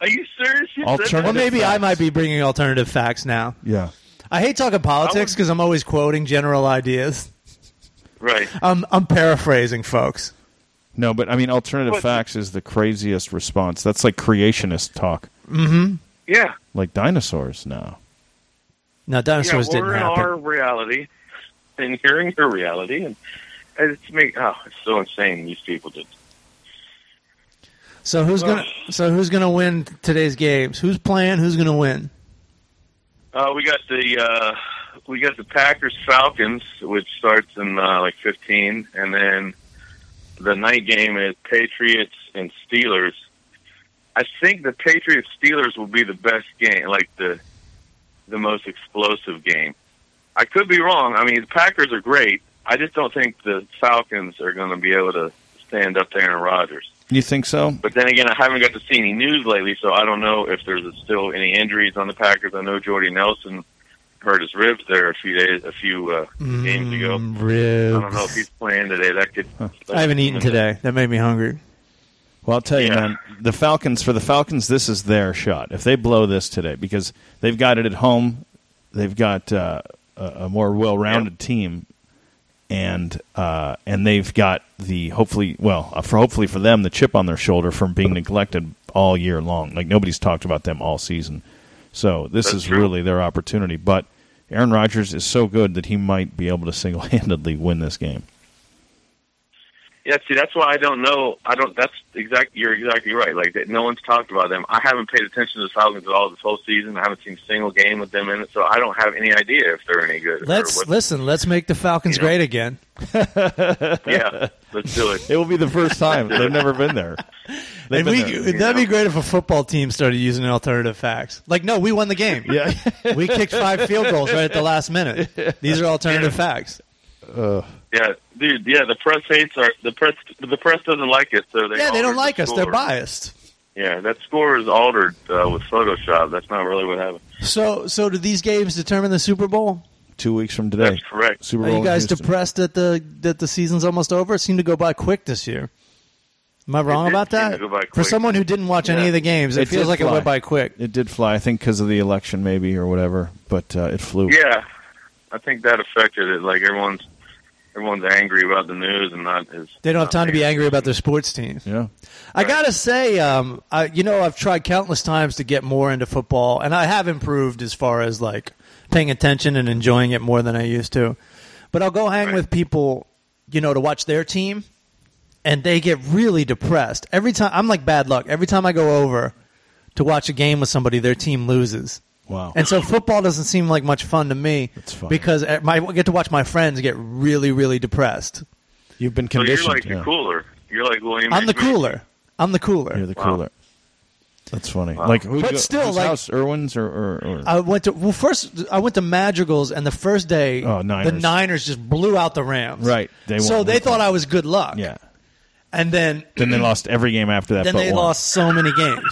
[SPEAKER 4] Are you serious? You said that?
[SPEAKER 3] Alternative
[SPEAKER 1] Well, maybe I might be bringing alternative facts now.
[SPEAKER 3] yeah.
[SPEAKER 1] I hate talking politics
[SPEAKER 4] would-
[SPEAKER 1] because I'm always quoting general ideas.
[SPEAKER 4] Right.
[SPEAKER 1] I'm I'm paraphrasing, folks.
[SPEAKER 3] No, but I mean, alternative
[SPEAKER 4] But-
[SPEAKER 3] facts is the craziest response. That's like creationist talk,
[SPEAKER 4] Yeah.
[SPEAKER 3] like dinosaurs now.
[SPEAKER 1] Now dinosaurs
[SPEAKER 4] yeah, we're
[SPEAKER 1] didn't
[SPEAKER 4] in
[SPEAKER 1] happen.
[SPEAKER 4] our reality, and hearing your reality, and and it's make oh, it's so insane. These people just
[SPEAKER 1] So who's gonna so who's gonna win today's games? Who's playing? Who's gonna win?
[SPEAKER 4] uh, we got the uh, we got the Packers Falcons, which starts in uh, like fifteen, and then the night game is Patriots and Steelers. I think the Patriots Steelers will be the best game, like the the most explosive game. I could be wrong. I mean, the Packers are great. I just don't think the Falcons are going to be able to stand up to Aaron Rodgers.
[SPEAKER 3] You think so?
[SPEAKER 4] But then again, I haven't got to see any news lately, so I don't know if there's still any injuries on the Packers. I know Jordy Nelson hurt his ribs there a few days, a few uh, games ago.
[SPEAKER 1] Mm,
[SPEAKER 4] I don't know
[SPEAKER 1] ribs.
[SPEAKER 4] if he's playing today. That could.
[SPEAKER 1] I haven't eaten today. That made me hungry.
[SPEAKER 3] Well, I'll tell you,
[SPEAKER 4] Yeah.
[SPEAKER 3] man. The Falcons for the Falcons, this is their shot. If they blow this today, because they've got it at home, they've got uh, a, a more well-rounded team, and uh, and they've got the hopefully, well, uh, for hopefully for them, the chip on their shoulder from being neglected all year long. Like nobody's talked about them all season, so this
[SPEAKER 4] That's
[SPEAKER 3] is
[SPEAKER 4] true.
[SPEAKER 3] really their opportunity. But Aaron Rodgers is so good that he might be able to (laughs) single-handedly win this game.
[SPEAKER 4] Yeah, see, that's why I don't know. I don't. That's exact. You're exactly right. Like that, no one's talked about them. I haven't paid attention to the Falcons at all this whole season. I haven't seen a single game with them in it, so I don't have any idea if they're any good. or
[SPEAKER 1] Let's
[SPEAKER 4] what-
[SPEAKER 1] listen. Let's make the Falcons
[SPEAKER 4] You know.
[SPEAKER 1] great again.
[SPEAKER 4] yeah, let's do it.
[SPEAKER 3] It will be the first
[SPEAKER 4] (laughs)
[SPEAKER 3] time they've never been there. They've
[SPEAKER 1] And
[SPEAKER 3] been
[SPEAKER 1] we,
[SPEAKER 3] there.
[SPEAKER 1] that'd be great if a football team started using alternative facts. Like, no, we won the game.
[SPEAKER 3] (laughs) Yeah.
[SPEAKER 1] (laughs) we kicked five field goals right at the last minute. These are alternative facts.
[SPEAKER 4] Yeah, dude. Yeah, the press hates our the press. The press doesn't like it, so they
[SPEAKER 1] yeah, they don't
[SPEAKER 4] altered the
[SPEAKER 1] like us. They're
[SPEAKER 4] score.
[SPEAKER 1] biased.
[SPEAKER 4] Yeah, that score is altered uh, with Photoshop. That's not really what happened.
[SPEAKER 1] So, so do these games determine the Super Bowl?
[SPEAKER 3] two weeks from today.
[SPEAKER 4] That's correct.
[SPEAKER 3] Super
[SPEAKER 1] Are
[SPEAKER 3] Bowl.
[SPEAKER 1] you
[SPEAKER 3] in
[SPEAKER 1] guys
[SPEAKER 3] Houston.
[SPEAKER 1] depressed that the that the season's almost over? It seemed to go by quick this year. Am I wrong
[SPEAKER 4] did
[SPEAKER 1] about
[SPEAKER 4] seem to
[SPEAKER 1] that?
[SPEAKER 4] go by
[SPEAKER 1] For
[SPEAKER 4] quick.
[SPEAKER 1] someone who didn't watch any
[SPEAKER 4] Yeah.
[SPEAKER 1] of the games, it,
[SPEAKER 3] It
[SPEAKER 1] feels
[SPEAKER 3] did
[SPEAKER 1] like it
[SPEAKER 3] fly.
[SPEAKER 1] went by quick.
[SPEAKER 3] It did fly, I think, because of the election, maybe or whatever. But uh, it flew.
[SPEAKER 4] Yeah, I think that affected it. Like everyone's everyone's angry about the news and not as
[SPEAKER 1] They don't have
[SPEAKER 4] not
[SPEAKER 1] time to be
[SPEAKER 4] paying
[SPEAKER 1] angry about
[SPEAKER 4] attention.
[SPEAKER 1] their sports teams.
[SPEAKER 3] Yeah.
[SPEAKER 1] I gotta say, um, I, you know, I've tried countless times to get more into football, and I have improved as far as like paying attention and enjoying it more than I used to. But I'll go hang
[SPEAKER 4] Right.
[SPEAKER 1] with people, you know, to watch their team, and they get really depressed every time. I'm like bad luck every time I go over to watch a game with somebody, their team loses.
[SPEAKER 3] Wow.
[SPEAKER 1] And so football doesn't seem like much fun to me
[SPEAKER 3] It's fun.
[SPEAKER 1] because I my- I get to watch my friends get really, really depressed.
[SPEAKER 3] You've been
[SPEAKER 4] So you're
[SPEAKER 3] conditioned.
[SPEAKER 4] like
[SPEAKER 3] yeah.
[SPEAKER 4] the cooler. You're like William.
[SPEAKER 1] I'm the
[SPEAKER 4] H. Macy.
[SPEAKER 1] cooler. I'm the cooler.
[SPEAKER 3] You're the
[SPEAKER 4] Wow.
[SPEAKER 3] cooler. That's funny. Like, who
[SPEAKER 1] But
[SPEAKER 3] go-
[SPEAKER 1] still,
[SPEAKER 3] whose
[SPEAKER 1] like- Uh,
[SPEAKER 3] house, Irwin's or, or, or
[SPEAKER 1] I went to well first. I went to Madrigals, and the first day,
[SPEAKER 3] Oh, Niners.
[SPEAKER 1] the Niners just blew out the Rams.
[SPEAKER 3] Right. They
[SPEAKER 1] so
[SPEAKER 3] won.
[SPEAKER 1] they thought I was good luck.
[SPEAKER 3] yeah.
[SPEAKER 1] and then
[SPEAKER 3] Then they lost every game after that.
[SPEAKER 1] then
[SPEAKER 3] but
[SPEAKER 1] they
[SPEAKER 3] one.
[SPEAKER 1] lost so many games.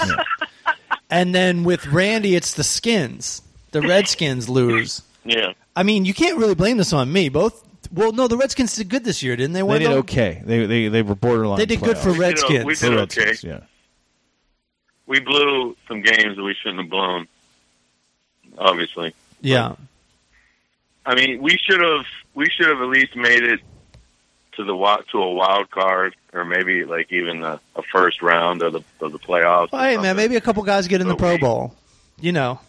[SPEAKER 1] And then with Randy, it's the Skins. The Redskins lose.
[SPEAKER 4] Yeah.
[SPEAKER 1] I mean, you can't really blame this on me. Both. Well, no, the Redskins did good this year, didn't they?
[SPEAKER 3] They did
[SPEAKER 1] Wendell?
[SPEAKER 3] okay. They they they were borderline.
[SPEAKER 1] They did good for
[SPEAKER 3] playoffs.
[SPEAKER 4] did o- we
[SPEAKER 1] Redskins.
[SPEAKER 4] did
[SPEAKER 3] For
[SPEAKER 4] okay.
[SPEAKER 3] Redskins, Yeah.
[SPEAKER 4] We blew some games that we shouldn't have blown. Obviously.
[SPEAKER 1] Yeah.
[SPEAKER 4] I mean, we should have we should have at least made it to the wi- to a wild card, or maybe like even a, a first round of the of the playoffs. or
[SPEAKER 1] Well, hey man,
[SPEAKER 4] something.
[SPEAKER 1] maybe a couple guys get in the
[SPEAKER 4] But we-
[SPEAKER 1] Pro Bowl. You know,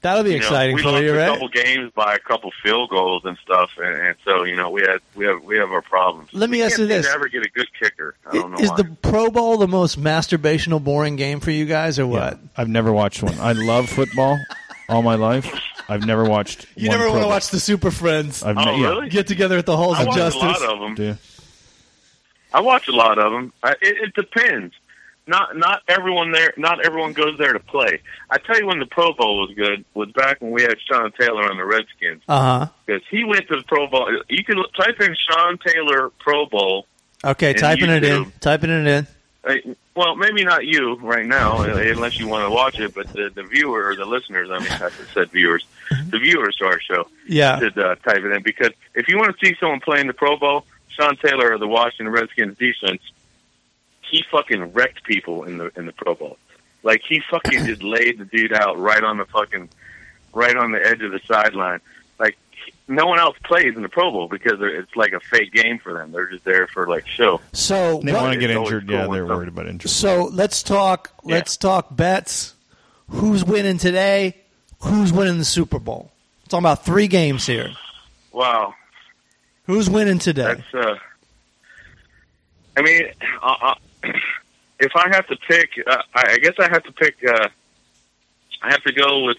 [SPEAKER 1] that'll be
[SPEAKER 4] You know,
[SPEAKER 1] exciting
[SPEAKER 4] we
[SPEAKER 1] for
[SPEAKER 4] lost
[SPEAKER 1] you,
[SPEAKER 4] a
[SPEAKER 1] right?
[SPEAKER 4] couple games by a couple field goals and stuff, and, and so you know we had we have we have our problems.
[SPEAKER 1] Let me
[SPEAKER 4] We
[SPEAKER 1] ask
[SPEAKER 4] can't
[SPEAKER 1] you
[SPEAKER 4] seem to
[SPEAKER 1] this.
[SPEAKER 4] Ever get a good kicker? I don't know
[SPEAKER 1] Is
[SPEAKER 4] why.
[SPEAKER 1] the Pro Bowl the most masturbational, boring game for you guys, or
[SPEAKER 3] Yeah.
[SPEAKER 1] what?
[SPEAKER 3] I've never watched one. I love football all my life. I've never watched.
[SPEAKER 1] You
[SPEAKER 3] one
[SPEAKER 1] never want
[SPEAKER 3] Pro
[SPEAKER 1] to
[SPEAKER 3] Bowl.
[SPEAKER 1] watch the Super Friends
[SPEAKER 3] I've
[SPEAKER 4] Oh,
[SPEAKER 3] ne- yeah.
[SPEAKER 4] really?
[SPEAKER 1] get together at the halls
[SPEAKER 4] I
[SPEAKER 1] of
[SPEAKER 4] watch
[SPEAKER 1] justice.
[SPEAKER 4] a lot of them.
[SPEAKER 3] Yeah.
[SPEAKER 4] I watch a lot of them. I, it, it depends. Not not everyone there. Not everyone goes there to play. I tell you, when the Pro Bowl was good was back when we had Sean Taylor on the Redskins
[SPEAKER 1] uh
[SPEAKER 4] because he went to the Pro Bowl. You can look- type in Sean Taylor Pro Bowl.
[SPEAKER 1] huh. Okay,
[SPEAKER 4] And
[SPEAKER 1] typing it in.
[SPEAKER 4] YouTube.
[SPEAKER 1] Typing it in.
[SPEAKER 4] Uh, Well, maybe not you right now, uh, unless you want to watch it. But the, the viewer or the listeners, I mean, I said viewers, the viewers to our show
[SPEAKER 1] Yeah.
[SPEAKER 4] should uh, type it in because if you want to see someone playing the Pro Bowl, Sean Taylor of the Washington Redskins defense, he fucking wrecked people in the in the Pro Bowl. Like he fucking just laid the dude out right on the fucking right on the edge of the sideline. Like he- no one else plays in the Pro Bowl because they're- it's like a fake game for them. They're just there for like show.
[SPEAKER 1] So
[SPEAKER 3] They
[SPEAKER 1] what-
[SPEAKER 3] want to get
[SPEAKER 4] It's always
[SPEAKER 3] injured.
[SPEAKER 4] cool
[SPEAKER 3] Yeah,
[SPEAKER 4] when
[SPEAKER 3] they're
[SPEAKER 4] some-
[SPEAKER 3] worried about injury.
[SPEAKER 1] so let's talk.
[SPEAKER 4] Yeah.
[SPEAKER 1] Let's talk bets. Who's winning today? Who's winning the Super Bowl? We're talking about three games here.
[SPEAKER 4] Wow,
[SPEAKER 1] Who's winning today?
[SPEAKER 4] that's. uh I mean, uh, uh, (clears throat) if I have to pick, uh, I I guess I have to pick. uh I have to go with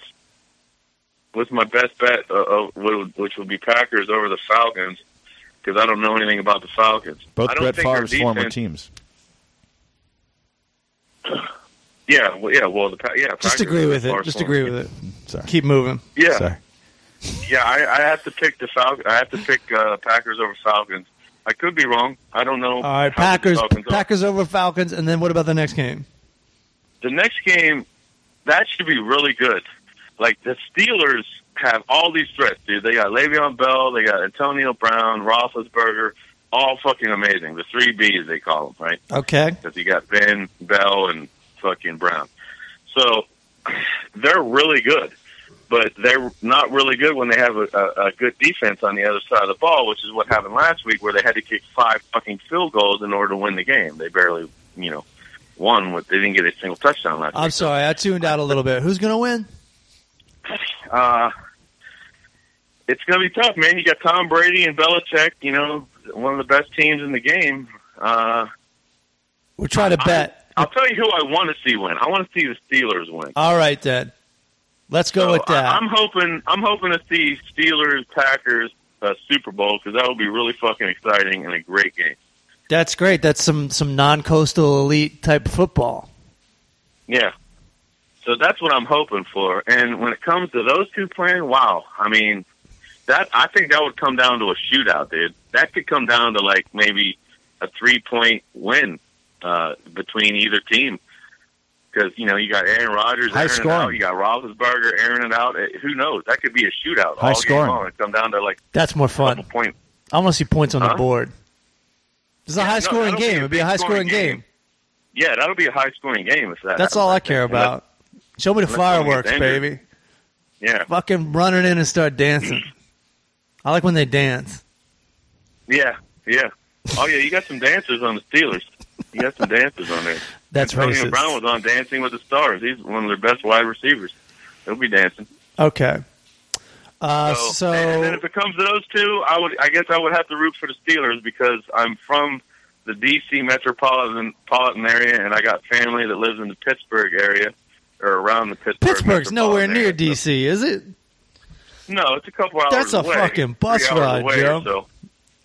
[SPEAKER 4] with my best bet, uh, uh, wh- which would be Packers over the Falcons, because I don't know anything about the Falcons. I
[SPEAKER 3] Both
[SPEAKER 4] don't
[SPEAKER 3] Brett
[SPEAKER 4] think their
[SPEAKER 3] Favre's former
[SPEAKER 4] defense-
[SPEAKER 3] teams.
[SPEAKER 4] Yeah, well, yeah, well, the Pa- yeah.
[SPEAKER 1] Just
[SPEAKER 4] Packers
[SPEAKER 1] agree
[SPEAKER 4] are
[SPEAKER 1] with
[SPEAKER 4] far
[SPEAKER 1] it. Just
[SPEAKER 4] former
[SPEAKER 1] agree with it.
[SPEAKER 3] Sorry.
[SPEAKER 1] Keep moving.
[SPEAKER 4] Yeah,
[SPEAKER 3] Sorry.
[SPEAKER 4] yeah. I, I have to pick the Falcons. I have to pick uh, Packers over Falcons. I could be wrong. I don't know.
[SPEAKER 1] All right,
[SPEAKER 4] how the
[SPEAKER 1] Packers.
[SPEAKER 4] Falcons are.
[SPEAKER 1] Packers over Falcons, and then what about the next game?
[SPEAKER 4] the next game, that should be really good. Like the Steelers have all these threats, dude. They got Le'Veon Bell, they got Antonio Brown, Roethlisberger, all fucking amazing. The three Bs they call them, right?
[SPEAKER 1] Okay.
[SPEAKER 4] Because you got Ben, Bell, and fucking Brown. So (sighs) they're really good, but they're not really good when they have a, a, a good defense on the other side of the ball, which is what happened last week, where they had to kick five fucking field goals in order to win the game. They barely, you know, won. With they didn't get a single touchdown last
[SPEAKER 1] I'm
[SPEAKER 4] week.
[SPEAKER 1] sorry, I tuned out a little bit. Who's going to win?
[SPEAKER 4] Uh, it's going to be tough, man. You got Tom Brady and Belichick, you know, one of the best teams in the game. Uh,
[SPEAKER 1] We'll try to bet.
[SPEAKER 4] I'll tell you who I want to see win. I want to see the Steelers win.
[SPEAKER 1] All right, then. Let's go
[SPEAKER 4] So
[SPEAKER 1] with that.
[SPEAKER 4] I, I'm hoping I'm hoping to see Steelers Packers uh, Super Bowl because that would be really fucking exciting and a great game.
[SPEAKER 1] That's great. That's some some non-coastal elite type of football.
[SPEAKER 4] Yeah. So that's what I'm hoping for. And when it comes to those two playing, wow. I mean, that I think that would come down to a shootout, dude. That could come down to like maybe a three point win uh, between either team. Because you know you got Aaron Rodgers,
[SPEAKER 3] High
[SPEAKER 4] Aaron it
[SPEAKER 3] scoring.
[SPEAKER 4] out. You got Roethlisberger, Aaron it out. Eh, Who knows? That could be a shootout.
[SPEAKER 3] High
[SPEAKER 4] all
[SPEAKER 3] scoring.
[SPEAKER 4] Game long. It come down to like
[SPEAKER 1] That's more
[SPEAKER 4] a couple
[SPEAKER 1] fun.
[SPEAKER 4] point.
[SPEAKER 1] I want to see points on the
[SPEAKER 4] Huh?
[SPEAKER 1] board. This is a
[SPEAKER 4] Yeah, no,
[SPEAKER 1] high-scoring
[SPEAKER 4] that'll be
[SPEAKER 1] game.
[SPEAKER 4] a
[SPEAKER 1] It'd be a
[SPEAKER 4] big
[SPEAKER 1] high-scoring
[SPEAKER 4] scoring
[SPEAKER 1] game.
[SPEAKER 4] game. Yeah, that'll be a high scoring game if that.
[SPEAKER 1] That's
[SPEAKER 4] happens
[SPEAKER 1] all I
[SPEAKER 4] like
[SPEAKER 1] care
[SPEAKER 4] that.
[SPEAKER 1] about. Show me the
[SPEAKER 4] unless someone gets
[SPEAKER 1] fireworks,
[SPEAKER 4] injured.
[SPEAKER 1] baby.
[SPEAKER 4] Yeah,
[SPEAKER 1] Fucking running in and start dancing. I like when they dance.
[SPEAKER 4] Yeah, yeah. Oh yeah, you got some dancers on the Steelers. You got some dancers on there.
[SPEAKER 1] (laughs) That's
[SPEAKER 4] Antonio
[SPEAKER 1] racist.
[SPEAKER 4] Brown was on Dancing with the Stars. He's one of their best wide receivers. He'll be dancing.
[SPEAKER 1] Okay. Uh,
[SPEAKER 4] So,
[SPEAKER 1] so
[SPEAKER 4] and then if it comes to those two, I would. I guess I would have to root for the Steelers because I'm from the D.C. metropolitan metropolitan area, and I got family that lives in the Pittsburgh area. or around the Pittsburgh.
[SPEAKER 1] Pittsburgh's nowhere
[SPEAKER 4] metropolitan
[SPEAKER 1] near
[SPEAKER 4] area, so-
[SPEAKER 1] DC, is it?
[SPEAKER 4] No, it's a couple hours.
[SPEAKER 1] That's a
[SPEAKER 4] away,
[SPEAKER 1] fucking bus
[SPEAKER 4] three hours
[SPEAKER 1] ride,
[SPEAKER 4] away or
[SPEAKER 1] Joe.
[SPEAKER 4] So.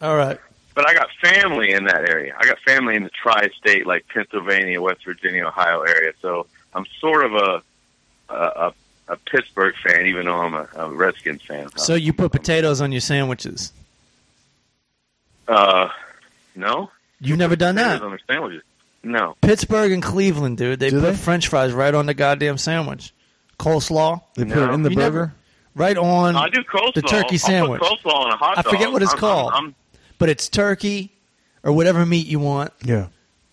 [SPEAKER 1] All right.
[SPEAKER 4] But I got family in that area. I got family in the tri-state, like Pennsylvania, West Virginia, Ohio area. So I'm sort of a a, a, a Pittsburgh fan, even though I'm a, a Redskins fan.
[SPEAKER 1] So you put potatoes on your sandwiches.
[SPEAKER 4] Uh, no,
[SPEAKER 1] You've never done
[SPEAKER 4] potatoes
[SPEAKER 1] that.
[SPEAKER 4] on their sandwiches. No,
[SPEAKER 1] Pittsburgh and Cleveland, dude. They
[SPEAKER 3] Do
[SPEAKER 1] put
[SPEAKER 3] they?
[SPEAKER 1] French fries right on the goddamn sandwich. Coleslaw,
[SPEAKER 3] They put
[SPEAKER 4] No.
[SPEAKER 3] it in the
[SPEAKER 1] You
[SPEAKER 3] burger.
[SPEAKER 1] never- right on.
[SPEAKER 4] I do coleslaw.
[SPEAKER 1] The turkey sandwich.
[SPEAKER 4] I'll put coleslaw on a hot
[SPEAKER 1] I
[SPEAKER 4] dog.
[SPEAKER 1] forget what it's
[SPEAKER 4] I'm-
[SPEAKER 1] called.
[SPEAKER 4] I'm, I'm,
[SPEAKER 1] But it's turkey or whatever meat you want,
[SPEAKER 3] Yeah.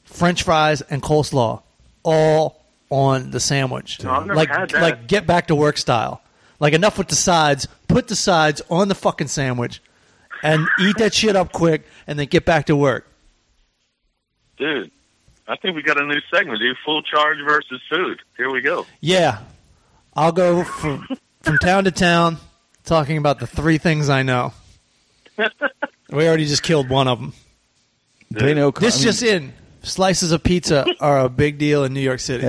[SPEAKER 1] French fries and coleslaw, all on the sandwich.
[SPEAKER 4] No, I've never
[SPEAKER 1] like
[SPEAKER 4] had that.
[SPEAKER 1] like get back to work style. Like enough with the sides. Put the sides on the fucking sandwich, and eat that shit up quick, and then get back to work.
[SPEAKER 4] dude. I think we got a new segment, dude. Full charge versus food. Here we go.
[SPEAKER 1] Yeah, I'll go from from town to town talking about the three things I know. We already just killed one of them.
[SPEAKER 3] They know.
[SPEAKER 1] This
[SPEAKER 3] I mean,
[SPEAKER 1] just in: slices of pizza are a big deal in New York City.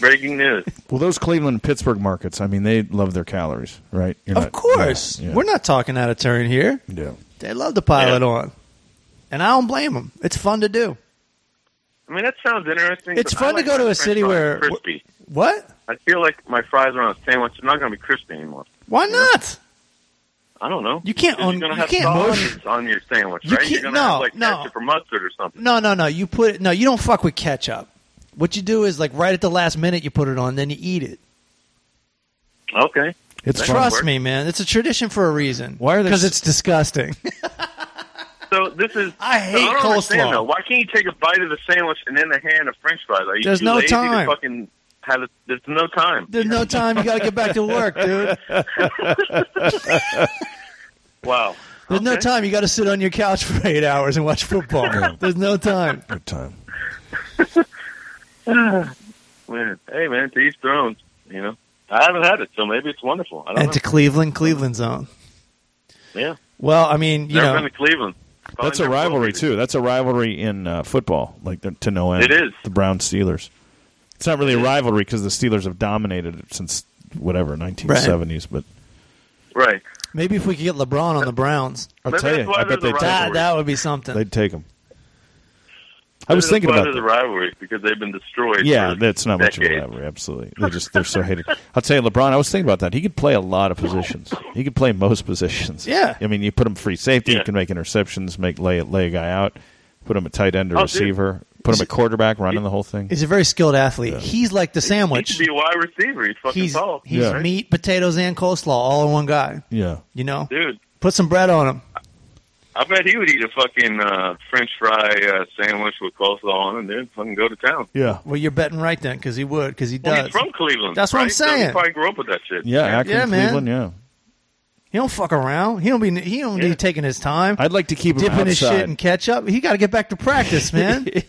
[SPEAKER 4] Breaking news.
[SPEAKER 3] Well, those Cleveland and Pittsburgh markets. I mean, they love their calories, right? You're
[SPEAKER 1] Of
[SPEAKER 3] not-
[SPEAKER 1] course,
[SPEAKER 3] yeah, yeah.
[SPEAKER 1] we're not talking out of turn here.
[SPEAKER 3] Yeah.
[SPEAKER 1] They love to pile
[SPEAKER 4] Yeah.
[SPEAKER 1] it on, and I don't blame them. It's fun to do.
[SPEAKER 4] I mean, that sounds interesting.
[SPEAKER 1] It's
[SPEAKER 4] but
[SPEAKER 1] fun
[SPEAKER 4] I like
[SPEAKER 1] to go to
[SPEAKER 4] my
[SPEAKER 1] a
[SPEAKER 4] french
[SPEAKER 1] city
[SPEAKER 4] fries
[SPEAKER 1] where
[SPEAKER 4] crispy.
[SPEAKER 1] what?
[SPEAKER 4] I feel like my fries are on a sandwich. They're not going to be crispy anymore.
[SPEAKER 1] Why not?
[SPEAKER 4] I don't know.
[SPEAKER 1] You can't own-
[SPEAKER 4] You're gonna
[SPEAKER 1] you
[SPEAKER 4] have
[SPEAKER 1] can't
[SPEAKER 4] sausages on your sandwich,
[SPEAKER 1] You
[SPEAKER 4] right? You're
[SPEAKER 1] can't-
[SPEAKER 4] gonna
[SPEAKER 1] no,
[SPEAKER 4] have like
[SPEAKER 1] no.
[SPEAKER 4] ketchup or mustard or something.
[SPEAKER 1] No, no, no. You put no. You don't fuck with ketchup. What you do is like right at the last minute you put it on, then you eat it.
[SPEAKER 4] Okay.
[SPEAKER 3] It's fun.
[SPEAKER 4] That doesn't
[SPEAKER 1] Trust
[SPEAKER 4] work.
[SPEAKER 1] me, man. It's a tradition for a reason.
[SPEAKER 3] Why are there
[SPEAKER 1] Because
[SPEAKER 3] s-
[SPEAKER 1] it's disgusting.
[SPEAKER 4] So this is.
[SPEAKER 1] I
[SPEAKER 4] so
[SPEAKER 1] hate
[SPEAKER 4] I don't understand,
[SPEAKER 1] coleslaw.
[SPEAKER 4] Though. Why can't you take a bite of the sandwich and then a hand of French fries? Are you
[SPEAKER 1] There's
[SPEAKER 4] too
[SPEAKER 1] no
[SPEAKER 4] lazy
[SPEAKER 1] time.
[SPEAKER 4] To fucking have a, there's no time.
[SPEAKER 1] There's no time. You got to get back to work, dude.
[SPEAKER 4] Wow.
[SPEAKER 1] There's no
[SPEAKER 4] Okay.
[SPEAKER 1] time. You got to sit on your couch for eight hours and watch
[SPEAKER 4] (laughs)
[SPEAKER 1] football. There's no time.
[SPEAKER 3] Good time.
[SPEAKER 4] Man. Hey man, to each their own. You know, I haven't had it, so maybe it's wonderful. I don't
[SPEAKER 1] And
[SPEAKER 4] know.
[SPEAKER 1] to Cleveland, Cleveland's own.
[SPEAKER 4] yeah.
[SPEAKER 1] Well, I mean, you
[SPEAKER 4] Never
[SPEAKER 1] know,
[SPEAKER 4] been to Cleveland. Probably
[SPEAKER 3] That's a
[SPEAKER 4] never will
[SPEAKER 3] rivalry
[SPEAKER 4] be.
[SPEAKER 3] too. That's a rivalry in uh, football, like the, to no end.
[SPEAKER 4] It is.
[SPEAKER 3] the Brown Steelers. It's not really a rivalry because the Steelers have dominated it since whatever 1970s. But
[SPEAKER 4] Right.
[SPEAKER 1] maybe if we could get LeBron on the Browns,
[SPEAKER 3] I'll
[SPEAKER 4] Maybe
[SPEAKER 3] tell
[SPEAKER 4] that's
[SPEAKER 3] you,
[SPEAKER 4] why
[SPEAKER 3] I bet
[SPEAKER 4] they're
[SPEAKER 3] they'd
[SPEAKER 4] the
[SPEAKER 3] take
[SPEAKER 1] that,
[SPEAKER 4] rivalry.
[SPEAKER 3] them.
[SPEAKER 1] that would be something.
[SPEAKER 3] They'd take them. I was
[SPEAKER 4] That's
[SPEAKER 3] thinking
[SPEAKER 4] why
[SPEAKER 3] about
[SPEAKER 4] they're the
[SPEAKER 3] that.
[SPEAKER 4] rivalry because they've been destroyed.
[SPEAKER 3] Yeah,
[SPEAKER 4] for
[SPEAKER 3] that's not much of a
[SPEAKER 4] decades.
[SPEAKER 3] rivalry. Absolutely, they just they're so hated. I'll tell you, LeBron. I was thinking about that. He could play a lot of positions. He could play most positions.
[SPEAKER 1] Yeah.
[SPEAKER 3] I mean, you put him free safety. You
[SPEAKER 4] Yeah.
[SPEAKER 3] can make interceptions, make lay lay a guy out, put him a tight end or
[SPEAKER 4] Oh, dude.
[SPEAKER 3] receiver, put him a quarterback, running the whole thing.
[SPEAKER 1] He's a very skilled athlete. He's like the
[SPEAKER 4] He
[SPEAKER 1] sandwich.
[SPEAKER 4] should be a wide receiver. He's fucking
[SPEAKER 1] He's
[SPEAKER 4] tall.
[SPEAKER 1] he's
[SPEAKER 3] Yeah.
[SPEAKER 1] meat, potatoes, and coleslaw all in one guy.
[SPEAKER 3] Yeah.
[SPEAKER 1] You know,
[SPEAKER 4] Dude,
[SPEAKER 1] put some bread on him.
[SPEAKER 4] I bet he would eat a fucking uh, French fry uh, sandwich with coleslaw on it, dude. Fucking go to town.
[SPEAKER 3] Yeah.
[SPEAKER 1] Well, you're betting right then because he would because he
[SPEAKER 4] Well,
[SPEAKER 1] does.
[SPEAKER 4] he's from Cleveland.
[SPEAKER 1] That's what I'm
[SPEAKER 4] right? So
[SPEAKER 1] saying.
[SPEAKER 4] he probably grew up with that shit.
[SPEAKER 3] Yeah, Akron,
[SPEAKER 1] Yeah, man.
[SPEAKER 3] Cleveland, yeah.
[SPEAKER 1] He don't fuck around. He don't be. He don't
[SPEAKER 4] Yeah.
[SPEAKER 1] be taking his time.
[SPEAKER 3] I'd like to keep him
[SPEAKER 1] dipping his shit
[SPEAKER 3] outside.
[SPEAKER 1] in ketchup. He got to get back to practice,
[SPEAKER 4] (laughs)
[SPEAKER 1] man.
[SPEAKER 4] Yeah,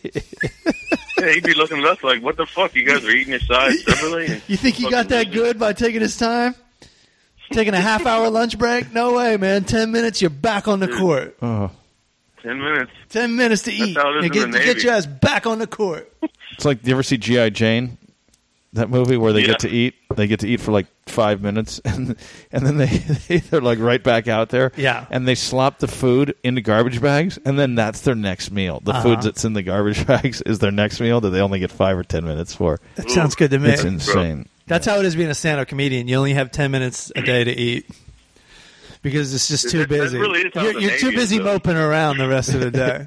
[SPEAKER 4] he'd be looking at us like, what the fuck? You guys are eating your
[SPEAKER 1] (laughs)
[SPEAKER 4] sides separately?
[SPEAKER 1] you think he got
[SPEAKER 4] Fucking
[SPEAKER 1] that
[SPEAKER 4] lazy.
[SPEAKER 1] good by taking his time? Taking a
[SPEAKER 4] (laughs)
[SPEAKER 1] half hour lunch break? No way, man. Ten minutes, you're back on the court.
[SPEAKER 3] Oh,
[SPEAKER 4] Ten minutes.
[SPEAKER 1] Ten minutes to eat.
[SPEAKER 4] how it
[SPEAKER 1] Now
[SPEAKER 4] is in
[SPEAKER 1] get,
[SPEAKER 4] the
[SPEAKER 1] get
[SPEAKER 4] Navy.
[SPEAKER 1] your ass back on the court.
[SPEAKER 3] it's like you ever see GI Jane, that movie where they
[SPEAKER 4] Yeah.
[SPEAKER 3] get to eat. They get to eat for like five minutes, (laughs) and and then they (laughs) they're like right back out there.
[SPEAKER 1] Yeah.
[SPEAKER 3] and they slop the food into garbage bags, and then that's their next meal. The
[SPEAKER 1] Uh-huh.
[SPEAKER 3] food that's in the garbage (laughs) bags is their next meal that they only get five or ten minutes for.
[SPEAKER 1] That sounds good to me.
[SPEAKER 3] It's insane.
[SPEAKER 1] That's how it is being a stand-up comedian. You only have ten minutes a day to eat because it's just too
[SPEAKER 4] That- that
[SPEAKER 1] busy.
[SPEAKER 4] really is how
[SPEAKER 1] you're
[SPEAKER 4] the
[SPEAKER 1] you're too
[SPEAKER 4] Navy is,
[SPEAKER 1] busy
[SPEAKER 4] though.
[SPEAKER 1] moping around the rest of the (laughs) day.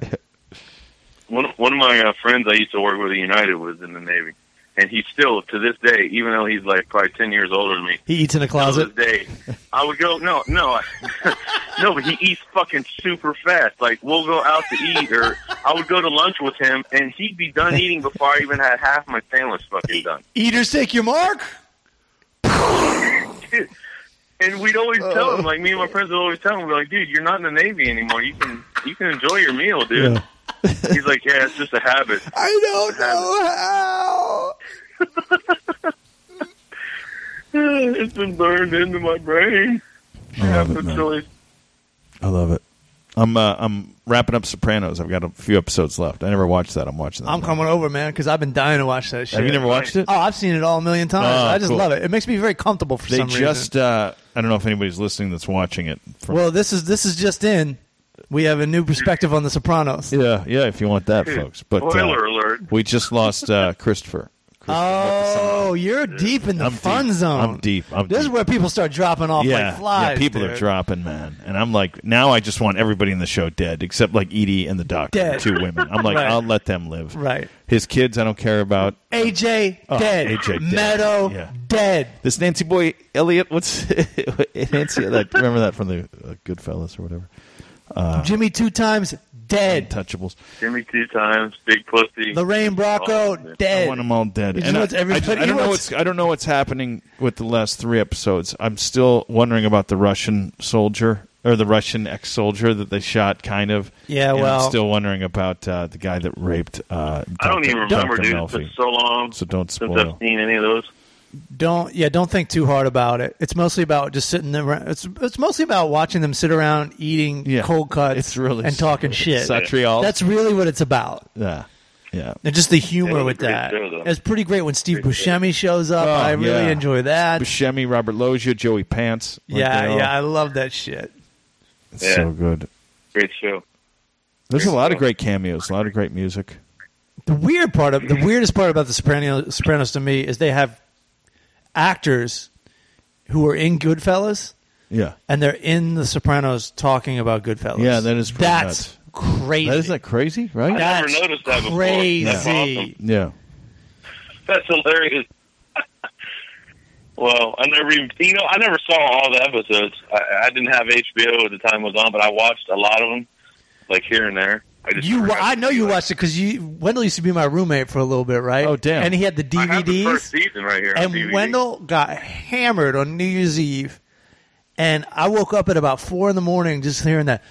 [SPEAKER 4] One, one of my uh, friends I used to work with at United was in the Navy. And he still, to this day, even though he's like probably 10 years older than me,
[SPEAKER 1] he eats in a closet.
[SPEAKER 4] Of the day. I would go, no, no, (laughs) no, but he eats fucking super fast. Like, we'll go out to eat, or I would go to lunch with him, and he'd be done eating before I even had half my sandwich fucking done.
[SPEAKER 1] Eaters take your mark.
[SPEAKER 4] And we'd always
[SPEAKER 3] Oh.
[SPEAKER 4] tell him, like, me and my friends would always tell him, we're like, dude, you're not in the Navy anymore. You can, you can enjoy your meal, dude. He's like, yeah, it's just a habit. (laughs)
[SPEAKER 1] I don't know how.
[SPEAKER 4] It's been burned into my brain.
[SPEAKER 3] I love it,
[SPEAKER 4] That's
[SPEAKER 3] man.
[SPEAKER 4] really-
[SPEAKER 3] I love it. I'm uh, I'm wrapping up Sopranos. I've got a few episodes left. I never watched that. I'm watching that.
[SPEAKER 1] I'm
[SPEAKER 3] now.
[SPEAKER 1] coming over, man, because I've been dying to watch that shit.
[SPEAKER 3] Have you never watched it?
[SPEAKER 1] Oh, I've seen it all a million times.
[SPEAKER 3] Oh,
[SPEAKER 1] I just
[SPEAKER 3] cool.
[SPEAKER 1] love it. It makes me very comfortable for
[SPEAKER 3] They
[SPEAKER 1] some
[SPEAKER 3] just.
[SPEAKER 1] reason.
[SPEAKER 3] Uh, I don't know if anybody's listening that's watching it. From,
[SPEAKER 1] Well, this is this is just in. We have a new perspective on The Sopranos.
[SPEAKER 3] yeah, yeah. If you want that, folks. But uh,
[SPEAKER 4] Spoiler alert.
[SPEAKER 3] We just lost
[SPEAKER 4] (laughs)
[SPEAKER 3] uh, Christopher. Christopher
[SPEAKER 1] Oh, you're deep in the
[SPEAKER 3] I'm
[SPEAKER 1] fun
[SPEAKER 3] deep.
[SPEAKER 1] zone.
[SPEAKER 3] I'm deep. I'm
[SPEAKER 1] this is
[SPEAKER 3] deep.
[SPEAKER 1] where people start dropping off
[SPEAKER 3] yeah,
[SPEAKER 1] like Oh, flies.
[SPEAKER 3] yeah. People are
[SPEAKER 1] dude.
[SPEAKER 3] dropping, man, and I'm like, now I just want everybody in the show dead, except like Edie and the doctor,
[SPEAKER 1] Dead.
[SPEAKER 3] two women. I'm
[SPEAKER 1] (laughs)
[SPEAKER 3] like,
[SPEAKER 1] Right.
[SPEAKER 3] I'll let them live.
[SPEAKER 1] Right.
[SPEAKER 3] His kids, I don't care about.
[SPEAKER 1] AJ
[SPEAKER 3] Oh,
[SPEAKER 1] dead.
[SPEAKER 3] AJ dead.
[SPEAKER 1] Meadow
[SPEAKER 3] Yeah.
[SPEAKER 1] dead.
[SPEAKER 3] This Nancy boy Elliot, what's (laughs) Nancy? That, remember that from the uh, Goodfellas or whatever. Uh,
[SPEAKER 1] Jimmy two times dead.
[SPEAKER 3] Untouchables.
[SPEAKER 4] Jimmy two times, big pussy.
[SPEAKER 1] Lorraine Bracco
[SPEAKER 4] Oh,
[SPEAKER 1] dead.
[SPEAKER 3] I want them all dead.
[SPEAKER 1] He just
[SPEAKER 3] And I,
[SPEAKER 1] wants everybody-
[SPEAKER 3] I just- I
[SPEAKER 1] he
[SPEAKER 3] don't know
[SPEAKER 1] wants-
[SPEAKER 3] what's I don't know what's happening with the last three episodes. I'm still wondering about the Russian soldier or the Russian ex-soldier that they shot, kind of.
[SPEAKER 1] Yeah,
[SPEAKER 3] And
[SPEAKER 1] well-
[SPEAKER 3] I'm still wondering about uh, the guy that raped. Uh,
[SPEAKER 4] I don't
[SPEAKER 3] Dr.
[SPEAKER 4] even remember,
[SPEAKER 3] Dr.
[SPEAKER 4] dude. It's
[SPEAKER 3] Melfi.
[SPEAKER 4] been so long
[SPEAKER 3] So don't
[SPEAKER 4] since
[SPEAKER 3] spoil.
[SPEAKER 4] I've seen any of those.
[SPEAKER 1] don't yeah don't think too hard about it it's mostly about just sitting there it's it's mostly about watching them sit around eating
[SPEAKER 3] Yeah.
[SPEAKER 1] cold cuts
[SPEAKER 3] It's really
[SPEAKER 1] and talking shit
[SPEAKER 3] Satriol.
[SPEAKER 1] that's really what it's about
[SPEAKER 3] yeah, yeah.
[SPEAKER 1] and just the humor
[SPEAKER 4] Yeah,
[SPEAKER 1] with
[SPEAKER 4] pretty
[SPEAKER 1] that
[SPEAKER 4] good, though.
[SPEAKER 1] it's pretty great when steve buscemi shows up
[SPEAKER 3] Oh,
[SPEAKER 1] i really
[SPEAKER 3] yeah.
[SPEAKER 1] enjoy that
[SPEAKER 3] Buscemi, Robert Loggia, Joey Pants. Like,
[SPEAKER 1] yeah
[SPEAKER 3] they're all-
[SPEAKER 1] yeah i love that shit
[SPEAKER 3] It's
[SPEAKER 4] Yeah.
[SPEAKER 3] so good.
[SPEAKER 4] Great show.
[SPEAKER 3] There's a lot of great cameos, a lot of great music.
[SPEAKER 1] the weird part of the weirdest part about the Sopranos, Sopranos to me is they have actors who are in Goodfellas
[SPEAKER 3] Yeah,
[SPEAKER 1] and they're in the Sopranos talking about Goodfellas.
[SPEAKER 3] Yeah, that is pretty
[SPEAKER 1] that's crazy.
[SPEAKER 3] that isn't that crazy, right?
[SPEAKER 4] I never
[SPEAKER 1] That's
[SPEAKER 4] noticed that before.
[SPEAKER 1] crazy.
[SPEAKER 4] That's awesome.
[SPEAKER 3] yeah.
[SPEAKER 4] That's hilarious. (laughs) well, I never even you know I never saw all the episodes. I, I didn't have HBO at the time it was on, but I watched a lot of them, like here and there. I just
[SPEAKER 1] You,
[SPEAKER 4] never
[SPEAKER 1] wa-
[SPEAKER 4] got
[SPEAKER 1] I
[SPEAKER 4] to
[SPEAKER 1] know
[SPEAKER 4] see,
[SPEAKER 1] you
[SPEAKER 4] like-
[SPEAKER 1] watched it because you Wendell used to be my roommate for a little bit, right?
[SPEAKER 3] Oh, damn.
[SPEAKER 1] And he had the
[SPEAKER 4] I have the first
[SPEAKER 1] DVDs,
[SPEAKER 4] season right here. on
[SPEAKER 1] and
[SPEAKER 4] DVD.
[SPEAKER 1] Wendell got hammered on New Year's Eve, and I woke up at about four in the morning just hearing that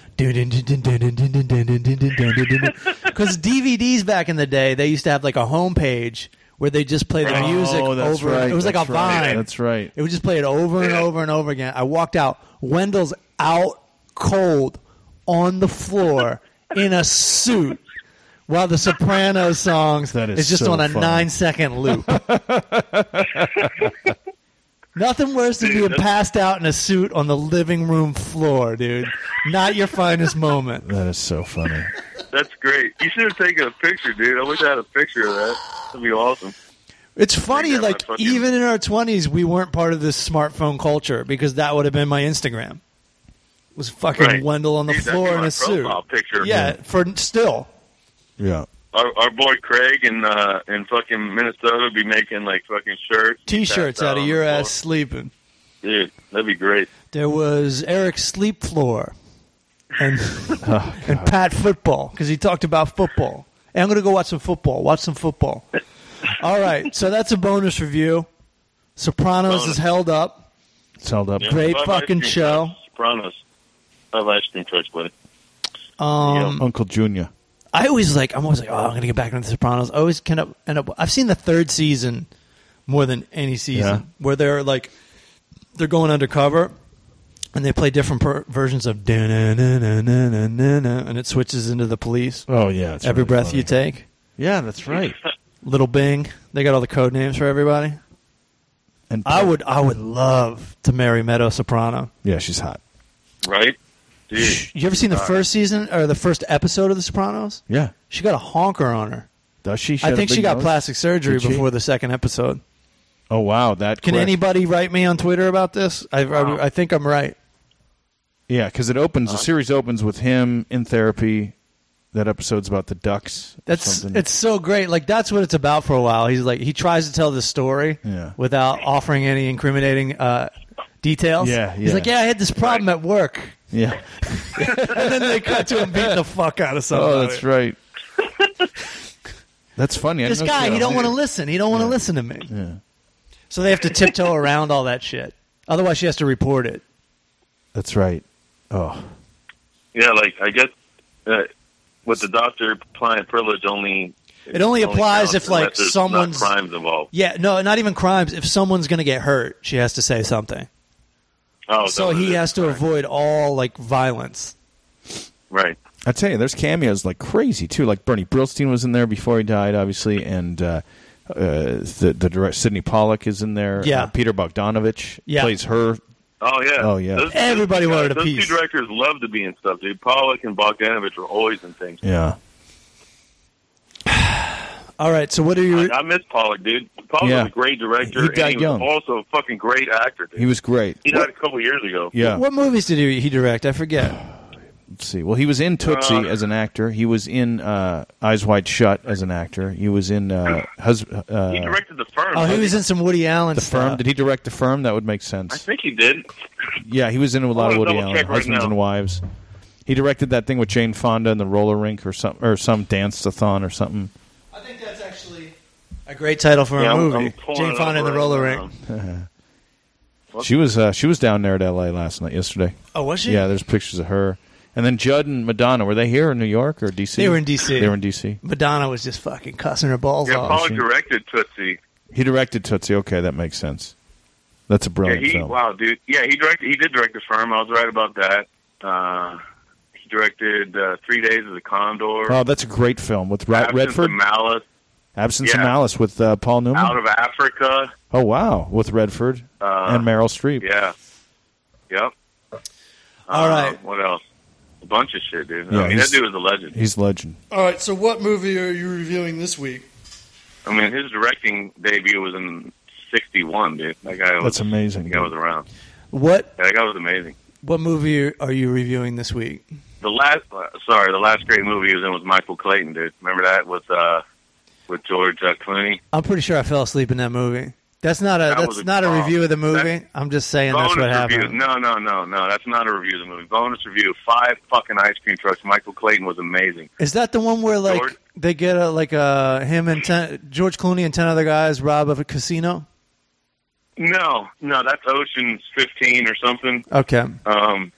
[SPEAKER 1] because DVDs back in the day they used to have like a homepage where they just play the music
[SPEAKER 3] oh, that's
[SPEAKER 1] over.
[SPEAKER 3] Right.
[SPEAKER 1] It was like
[SPEAKER 3] that's
[SPEAKER 1] a
[SPEAKER 3] right.
[SPEAKER 1] vine.
[SPEAKER 3] That's right.
[SPEAKER 1] It would just play it over and over and over again. I walked out. Wendell's out cold on the
[SPEAKER 3] (laughs)
[SPEAKER 1] floor in a suit while the Soprano songs
[SPEAKER 3] That is
[SPEAKER 1] just
[SPEAKER 3] so
[SPEAKER 1] on a
[SPEAKER 3] funny.
[SPEAKER 1] nine second
[SPEAKER 3] (laughs)
[SPEAKER 1] loop. Nothing worse than
[SPEAKER 4] Dude,
[SPEAKER 1] being
[SPEAKER 4] that's-
[SPEAKER 1] passed out in a suit on the living room floor, dude. Not your finest moment.
[SPEAKER 3] That is so funny.
[SPEAKER 4] That's great. You should have taken a picture, dude. I wish I had a picture of that. That'd be awesome.
[SPEAKER 1] It's funny,
[SPEAKER 4] Figure out
[SPEAKER 1] like
[SPEAKER 4] my fucking-
[SPEAKER 1] even in our twenties, we weren't part of this smartphone culture because that would have been my Instagram. It was fucking
[SPEAKER 4] Right.
[SPEAKER 1] Wendell on the
[SPEAKER 4] Dude, that'd be
[SPEAKER 1] floor in
[SPEAKER 4] my
[SPEAKER 1] a suit.
[SPEAKER 4] profile picture.
[SPEAKER 1] Yeah, for still.
[SPEAKER 3] yeah.
[SPEAKER 4] Our, our boy Craig in uh, in fucking Minnesota would be making like fucking shirts,
[SPEAKER 1] T-shirts out of your ass sleeping.
[SPEAKER 4] dude. That'd be great.
[SPEAKER 1] There was Eric Sleep Floor and (laughs) and Pat Football because he talked about football. And I'm gonna go watch some football. Watch some
[SPEAKER 4] (laughs)
[SPEAKER 1] football. All right, so that's a bonus review. Sopranos
[SPEAKER 4] Bonus.
[SPEAKER 1] is held up.
[SPEAKER 3] It's held up.
[SPEAKER 4] Yeah,
[SPEAKER 1] Great
[SPEAKER 4] I have
[SPEAKER 1] fucking
[SPEAKER 4] ice cream
[SPEAKER 1] show.
[SPEAKER 4] trucks, Sopranos. I have ice cream trucks, buddy.
[SPEAKER 1] Um,
[SPEAKER 3] Uncle Junior.
[SPEAKER 1] I always like. I'm always like, oh, I'm gonna get back into The Sopranos. I always kind of end up. I've seen the third season more than any season
[SPEAKER 3] Yeah.
[SPEAKER 1] where they're like they're going undercover and they play different per- versions of da-na-na-na-na-na-na, and it switches into the police.
[SPEAKER 3] Oh yeah. It's
[SPEAKER 1] Every
[SPEAKER 3] really
[SPEAKER 1] breath
[SPEAKER 3] funny.
[SPEAKER 1] you take,
[SPEAKER 3] Yeah, that's right.
[SPEAKER 1] Little Bing. They got all the code names for everybody.
[SPEAKER 3] And
[SPEAKER 1] I would, I would love to marry Meadow Soprano.
[SPEAKER 3] Yeah, she's hot.
[SPEAKER 4] Right? Dude,
[SPEAKER 1] You ever seen the first season or the first episode of The Sopranos?
[SPEAKER 3] Yeah.
[SPEAKER 1] She got a honker on her.
[SPEAKER 3] Does she? she
[SPEAKER 1] I
[SPEAKER 3] had a
[SPEAKER 1] think
[SPEAKER 3] big
[SPEAKER 1] she got
[SPEAKER 3] nose?
[SPEAKER 1] plastic surgery
[SPEAKER 3] Did she?
[SPEAKER 1] before the second episode.
[SPEAKER 3] Oh wow, that
[SPEAKER 1] Can
[SPEAKER 3] quick.
[SPEAKER 1] anybody write me on Twitter about this? I, I, I think I'm right.
[SPEAKER 3] Yeah, because it opens.
[SPEAKER 1] Uh,
[SPEAKER 3] The series opens with him in therapy. That episode's about the ducks. or
[SPEAKER 1] That's
[SPEAKER 3] something.
[SPEAKER 1] it's so great. Like that's what it's about for a while. He's like he tries to tell the story
[SPEAKER 3] Yeah.
[SPEAKER 1] without offering any incriminating uh, details.
[SPEAKER 3] Yeah,
[SPEAKER 1] he's
[SPEAKER 3] yeah.
[SPEAKER 1] like, yeah, I had this problem at work, (laughs)
[SPEAKER 3] yeah.
[SPEAKER 1] and then they cut to him beating the fuck out of somebody.
[SPEAKER 3] (laughs) Oh,
[SPEAKER 1] (laughs)
[SPEAKER 3] that's right. that's funny. I
[SPEAKER 1] This
[SPEAKER 3] didn't know she
[SPEAKER 1] guy,
[SPEAKER 3] had
[SPEAKER 1] he
[SPEAKER 3] a
[SPEAKER 1] don't want to
[SPEAKER 3] beard.
[SPEAKER 1] listen. He don't want to listen to me. So they have to tiptoe around all that shit. Otherwise, she has to report it.
[SPEAKER 3] That's right. Oh,
[SPEAKER 4] yeah, like, I guess uh, with the doctor client privilege only.
[SPEAKER 1] It only applies
[SPEAKER 4] counts
[SPEAKER 1] if, like,
[SPEAKER 4] unless there's
[SPEAKER 1] someone's-
[SPEAKER 4] Not crimes involved.
[SPEAKER 1] Yeah, no, not even crimes. If someone's going to get hurt, she has to say something.
[SPEAKER 4] Oh,
[SPEAKER 1] so
[SPEAKER 4] that was
[SPEAKER 1] he
[SPEAKER 4] it.
[SPEAKER 1] has to avoid all like violence.
[SPEAKER 4] Right.
[SPEAKER 3] I tell you, there's cameos like crazy too. Like Bernie Brillstein was in there before he died, obviously, and uh, uh, the the direct Sidney Pollock is in there.
[SPEAKER 1] Yeah.
[SPEAKER 3] Uh, Peter Bogdanovich
[SPEAKER 1] Yeah.
[SPEAKER 3] plays her.
[SPEAKER 4] Oh yeah.
[SPEAKER 3] Oh, yeah.
[SPEAKER 1] Everybody
[SPEAKER 4] those,
[SPEAKER 1] wanted a
[SPEAKER 4] those
[SPEAKER 1] piece.
[SPEAKER 4] two directors love to be in stuff, dude. Pollock and Bogdanovich were always in things.
[SPEAKER 3] Yeah,
[SPEAKER 1] All right. So what are your?
[SPEAKER 4] I, I miss Pollock, dude. Pollock
[SPEAKER 3] Yeah.
[SPEAKER 4] was a great director.
[SPEAKER 3] He died
[SPEAKER 4] and he was
[SPEAKER 3] young.
[SPEAKER 4] Also, a fucking great actor. Dude.
[SPEAKER 3] he was great.
[SPEAKER 4] He died a couple years ago.
[SPEAKER 3] Yeah,
[SPEAKER 1] What movies did he, he direct? I
[SPEAKER 4] (sighs)
[SPEAKER 1] forget.
[SPEAKER 3] let's see. Well, he was in Tootsie
[SPEAKER 4] Uh,
[SPEAKER 3] as an actor. He was in uh, Eyes Wide Shut as an actor. He was in uh, hus- uh,
[SPEAKER 4] He directed the firm.
[SPEAKER 1] Oh, he was in some Woody Allen
[SPEAKER 3] the
[SPEAKER 1] stuff.
[SPEAKER 3] Firm. Did he direct the Firm? That would make sense.
[SPEAKER 4] I think he did.
[SPEAKER 3] Yeah, he was in a lot of
[SPEAKER 4] wanna
[SPEAKER 3] Woody
[SPEAKER 4] double
[SPEAKER 3] Allen,
[SPEAKER 4] check right
[SPEAKER 3] Husbands
[SPEAKER 4] now.
[SPEAKER 3] and Wives. He directed that thing with Jane Fonda and the roller rink, or some, or some dance-a-thon, or something.
[SPEAKER 1] I think that's actually a great title for
[SPEAKER 4] Yeah,
[SPEAKER 1] a
[SPEAKER 4] I'm-
[SPEAKER 1] movie.
[SPEAKER 4] I'm pulling
[SPEAKER 1] Jane
[SPEAKER 4] it
[SPEAKER 1] Fonda
[SPEAKER 4] up
[SPEAKER 1] and the
[SPEAKER 4] right
[SPEAKER 1] Roller
[SPEAKER 4] now.
[SPEAKER 1] Rink.
[SPEAKER 3] She was uh, she was down there at L.A. last night, yesterday.
[SPEAKER 1] Oh, was she?
[SPEAKER 3] Yeah, there's pictures of her. And then Judd and Madonna were they here in New York or D.C.?
[SPEAKER 1] They were in DC.
[SPEAKER 3] They were in D.C.
[SPEAKER 1] Madonna was just fucking cussing her balls
[SPEAKER 4] Yeah,
[SPEAKER 1] off.
[SPEAKER 4] Pollock
[SPEAKER 3] shit.
[SPEAKER 4] directed Tootsie.
[SPEAKER 3] He directed Tootsie. Okay, that makes sense. That's a
[SPEAKER 4] Yeah,
[SPEAKER 3] brilliant
[SPEAKER 4] he
[SPEAKER 3] film.
[SPEAKER 4] wow, dude. Yeah, he directed. He did direct the firm. I was right about that. Uh, he directed uh, Three Days of the Condor.
[SPEAKER 3] Oh, that's a great film with Ra-
[SPEAKER 4] Absence
[SPEAKER 3] Redford.
[SPEAKER 4] of Malice,
[SPEAKER 3] Absence of
[SPEAKER 4] yeah.
[SPEAKER 3] Malice with uh, Paul
[SPEAKER 1] Hmm.
[SPEAKER 3] Newman.
[SPEAKER 4] Out of Africa.
[SPEAKER 3] oh wow, with Redford
[SPEAKER 4] Uh,
[SPEAKER 3] and Meryl Streep.
[SPEAKER 4] Yeah. Yep. Uh,
[SPEAKER 1] All right.
[SPEAKER 4] What else? A bunch of shit, dude.
[SPEAKER 3] Yeah,
[SPEAKER 4] I mean, that
[SPEAKER 3] he's-
[SPEAKER 4] dude was a legend.
[SPEAKER 3] He's legend.
[SPEAKER 1] All right. So what movie are you reviewing this week?
[SPEAKER 4] I mean, his directing debut was in '61, dude. That guy was.
[SPEAKER 3] That's amazing.
[SPEAKER 4] That guy was around.
[SPEAKER 1] What
[SPEAKER 4] Yeah, that guy was amazing.
[SPEAKER 1] what movie are you reviewing this week?
[SPEAKER 4] The last, uh, sorry, the last great movie he was in was Michael Clayton, dude. Remember that with uh, with George uh, Clooney?
[SPEAKER 1] I'm pretty sure I fell asleep in that movie. That's not a
[SPEAKER 4] That
[SPEAKER 1] that's
[SPEAKER 4] was a
[SPEAKER 1] not a
[SPEAKER 4] bomb.
[SPEAKER 1] review of the movie.
[SPEAKER 4] That-
[SPEAKER 1] I'm just saying that's what
[SPEAKER 4] review.
[SPEAKER 1] happened.
[SPEAKER 4] No, no, no, no. That's not a review of the movie. Bonus review. Five fucking ice cream trucks. Michael Clayton was amazing.
[SPEAKER 1] Is that the one where like
[SPEAKER 4] George-
[SPEAKER 1] they get a like a him and ten, George Clooney and ten other guys rob of a casino?
[SPEAKER 4] No, no, that's Ocean's 15 or something.
[SPEAKER 1] Okay.
[SPEAKER 4] Um,